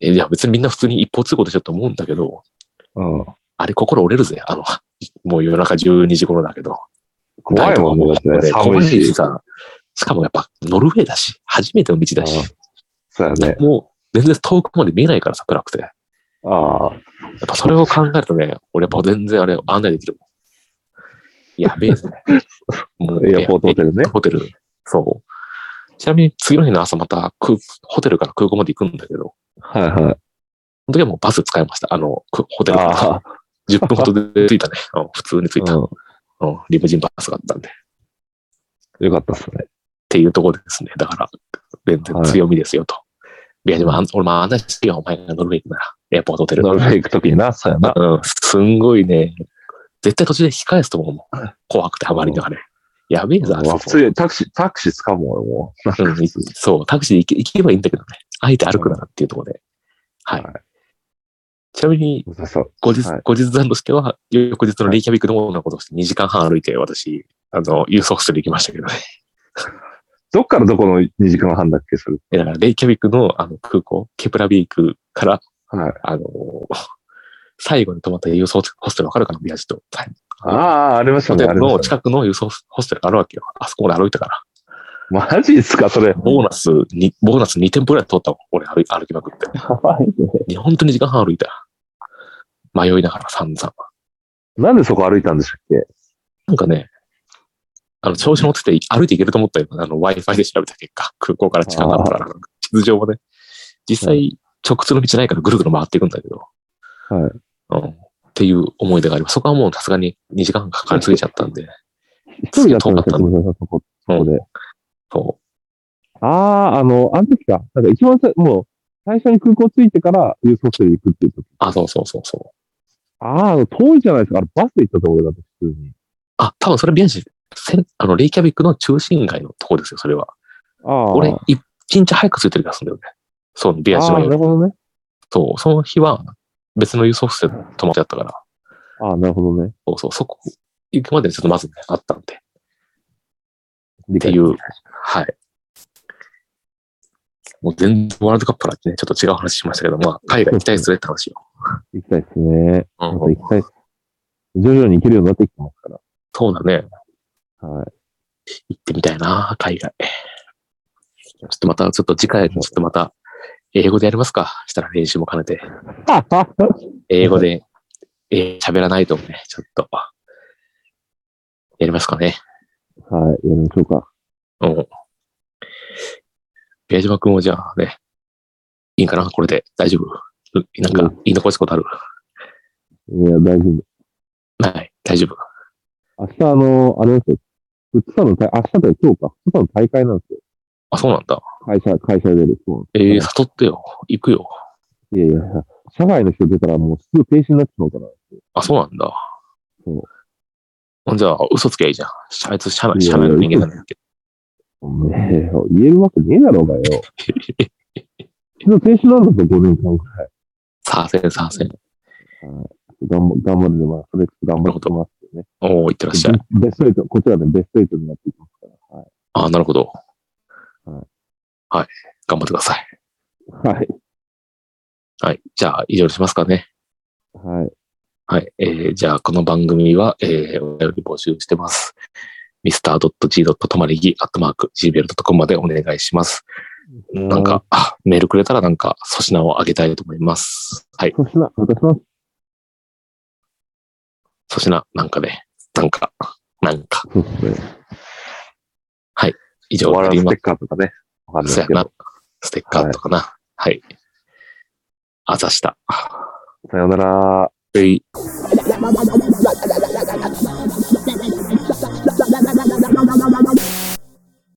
Speaker 1: えいや別にみんな普通に一方通行でしょと思うんだけど、
Speaker 2: うん。
Speaker 1: あれ心折れるぜ、あの、 <laughs> もう夜中12時頃だけど。
Speaker 2: 怖いもんね、だってね、
Speaker 1: 怖
Speaker 2: 寒
Speaker 1: い
Speaker 2: い
Speaker 1: し
Speaker 2: し。
Speaker 1: さ、しかもやっぱノルウェーだし、初めての道だし、
Speaker 2: そうやね。
Speaker 1: もう全然遠くまで見えないからさ、暗くて。や
Speaker 2: ああ、
Speaker 1: っぱそれを考えるとね、俺やっぱ全然あれ案内できるもん。やべえ
Speaker 2: <laughs>
Speaker 1: ぜ。も
Speaker 2: エアポートホテルね。
Speaker 1: ホテル。そう。ちなみに次の日の朝また空、ホテルから空港まで行くんだけど、
Speaker 2: はいはい。
Speaker 1: その時はもうバス使いました。あの、くホテルから。 <laughs>
Speaker 2: ああ、
Speaker 1: 10分ほどで着いたね。うん普通に着いた、
Speaker 2: うん
Speaker 1: うんリムジンバスがあったんで。っ
Speaker 2: よかったっすね。
Speaker 1: ていうところですね。だから、全然強みですよと。い、や、でもあん、俺もあんなしてよ、お前がノルウェー行くなら。エアポートホテル。
Speaker 2: ノルウェー行くときにな、そうやな。
Speaker 1: うん、すんごいね。絶対途中で引き返すと思うもん。怖くてハマりながらね。やべえぞ、あそ
Speaker 2: 普
Speaker 1: こ
Speaker 2: 通にタクシー、タクシー使うもん、俺もう。
Speaker 1: うんいそう、タクシーで行け行けばいいんだけどね。あえて歩くならっていうところで。はい。
Speaker 2: は
Speaker 1: ちなみに、
Speaker 2: 良さそう。
Speaker 1: 後日、
Speaker 2: はい
Speaker 1: 後日談としては、翌日のレイキャビックのようなことをして2時間半歩いて、私、あの、郵送室で行きましたけどね。
Speaker 2: どっからどこの2時間半だっけ、それ。
Speaker 1: えだから、レイキャビックのあの空港、ケプラビークから、
Speaker 2: はい。
Speaker 1: あの、最後に泊まった郵送ホステルわかるかな、宮地と。
Speaker 2: ああ、ありました
Speaker 1: ホ
Speaker 2: ね、
Speaker 1: テ
Speaker 2: あ
Speaker 1: ル
Speaker 2: りま
Speaker 1: の
Speaker 2: したね。
Speaker 1: 近くの郵送ホステルがあるわけよ。あそこまで歩いたから。
Speaker 2: マジっすか、それ。
Speaker 1: ボーナスに、ボーナス2店舗ぐらい通ったもん。俺歩い歩きまくって。
Speaker 2: やばいね。
Speaker 1: いや本当に時間半歩いたよ。迷いながら散々。
Speaker 2: なんでそこ歩いたんでしたっけ
Speaker 1: なんかね、あの、調子乗ってて歩いていけると思ったよ。あの、Wi-Fi で調べた結果、空港から近かったから、地図上はね、実際、直通の道ないからぐるぐる回っていくんだけど、
Speaker 2: はい
Speaker 1: うん。っていう思い出があります。そこはもうさすがに2時間かかりすぎちゃったんで、
Speaker 2: 一人だったんですか、ごめんなさいそこ
Speaker 1: う
Speaker 2: そこ
Speaker 1: ん、
Speaker 2: で。
Speaker 1: そ
Speaker 2: ああ、あの、あの時か。なんか一番さ、もう、最初に空港着いてから、郵送車で行くっていう時
Speaker 1: う。。あ、そうそうそうそう。
Speaker 2: ああ、遠いじゃないですか。あれ、バスで行ったところだと、普通に。
Speaker 1: あ、多分それ、ビアンシ、せんあの、レイキャビックの中心街のとこですよ、それは。
Speaker 2: ああ。
Speaker 1: 俺、一日早く着いてる気がするんだよね。そう、ビアンシ
Speaker 2: あ
Speaker 1: の
Speaker 2: あ、
Speaker 1: よ
Speaker 2: なるほどね。
Speaker 1: そう、その日は別の輸送施設泊まってあったから、
Speaker 2: ああ、なるほどね。
Speaker 1: そうそう、そこ行くまでにちょっとまずね、あったんで、
Speaker 2: っ
Speaker 1: っていう。はい。もう全然ワールドカップからってね、ちょっと違う話しましたけど、まあ、海外行きたいですねって話よ。
Speaker 2: 行きたいですね。
Speaker 1: う
Speaker 2: やっぱ
Speaker 1: ん
Speaker 2: 行きたいっす。徐々に行けるようになってきてますか
Speaker 1: そうだね。
Speaker 2: ら。はい。
Speaker 1: 行ってみたいな、海外。ちょっとまた、ちょっと次回、ちょっとまた、英語でやりますか。したら練習も兼ねて。英語で、えー喋らないとね、ちょっと、やりますかね。
Speaker 2: はい。やりましょうか。
Speaker 1: うん。宮島くんもじゃあね、いいんかなこれで大丈夫うなん
Speaker 2: う
Speaker 1: か言い残すことある、
Speaker 2: いや、大丈夫。
Speaker 1: はい、大丈夫。
Speaker 2: 明日、あの、あれですよ。ふつかの大、明日というか今日か。ふつかの大会なんですよ。
Speaker 1: あ、そうなんだ。
Speaker 2: 会社、会社でです。そう
Speaker 1: えー、悟ってよ。行くよ。
Speaker 2: いやいや、社外の人出たらもうすぐ停止になっちまうから。
Speaker 1: あ、そうなんだ。
Speaker 2: そう
Speaker 1: ほんじゃあ、嘘つきゃいいじゃん。しゃあいつ、社内、
Speaker 2: いや
Speaker 1: 社内の人間 <laughs> なんだけ
Speaker 2: ねえ、言えるわけねえだろ、お前よ。昨日停止なんだぞ、5年間くらい。
Speaker 1: サーセン、サーセン。
Speaker 2: 頑張頑張るで、まあ、それちょっと頑張ってますよね。
Speaker 1: おー、いってらっしゃい。
Speaker 2: ベベスト8、こちらでベスト8になっていきますから。はい。
Speaker 1: あ、なるほど。
Speaker 2: はい
Speaker 1: はい。頑張ってください。
Speaker 2: はい。
Speaker 1: はい。じゃあ、以上にしますかね。
Speaker 2: はい。
Speaker 1: はい。えーじゃあ、この番組は、えーお便り募集してます。mr.g.tomarigi.gmail.com までお願いします。なんか、あメールくれたらなんか、粗品をあげたいと思います。はい。
Speaker 2: そうしな、私は、
Speaker 1: 粗品、なんかね、なんか、なんか、
Speaker 2: そうですね。
Speaker 1: 以上
Speaker 2: 終わら
Speaker 1: り
Speaker 2: ス
Speaker 1: ま
Speaker 2: テッカーとかね。わかんない
Speaker 1: そ
Speaker 2: で
Speaker 1: や
Speaker 2: すけど
Speaker 1: な。。ステッカーとかな。はい。あざした。
Speaker 2: さようなら。
Speaker 1: えい。
Speaker 3: Thank you.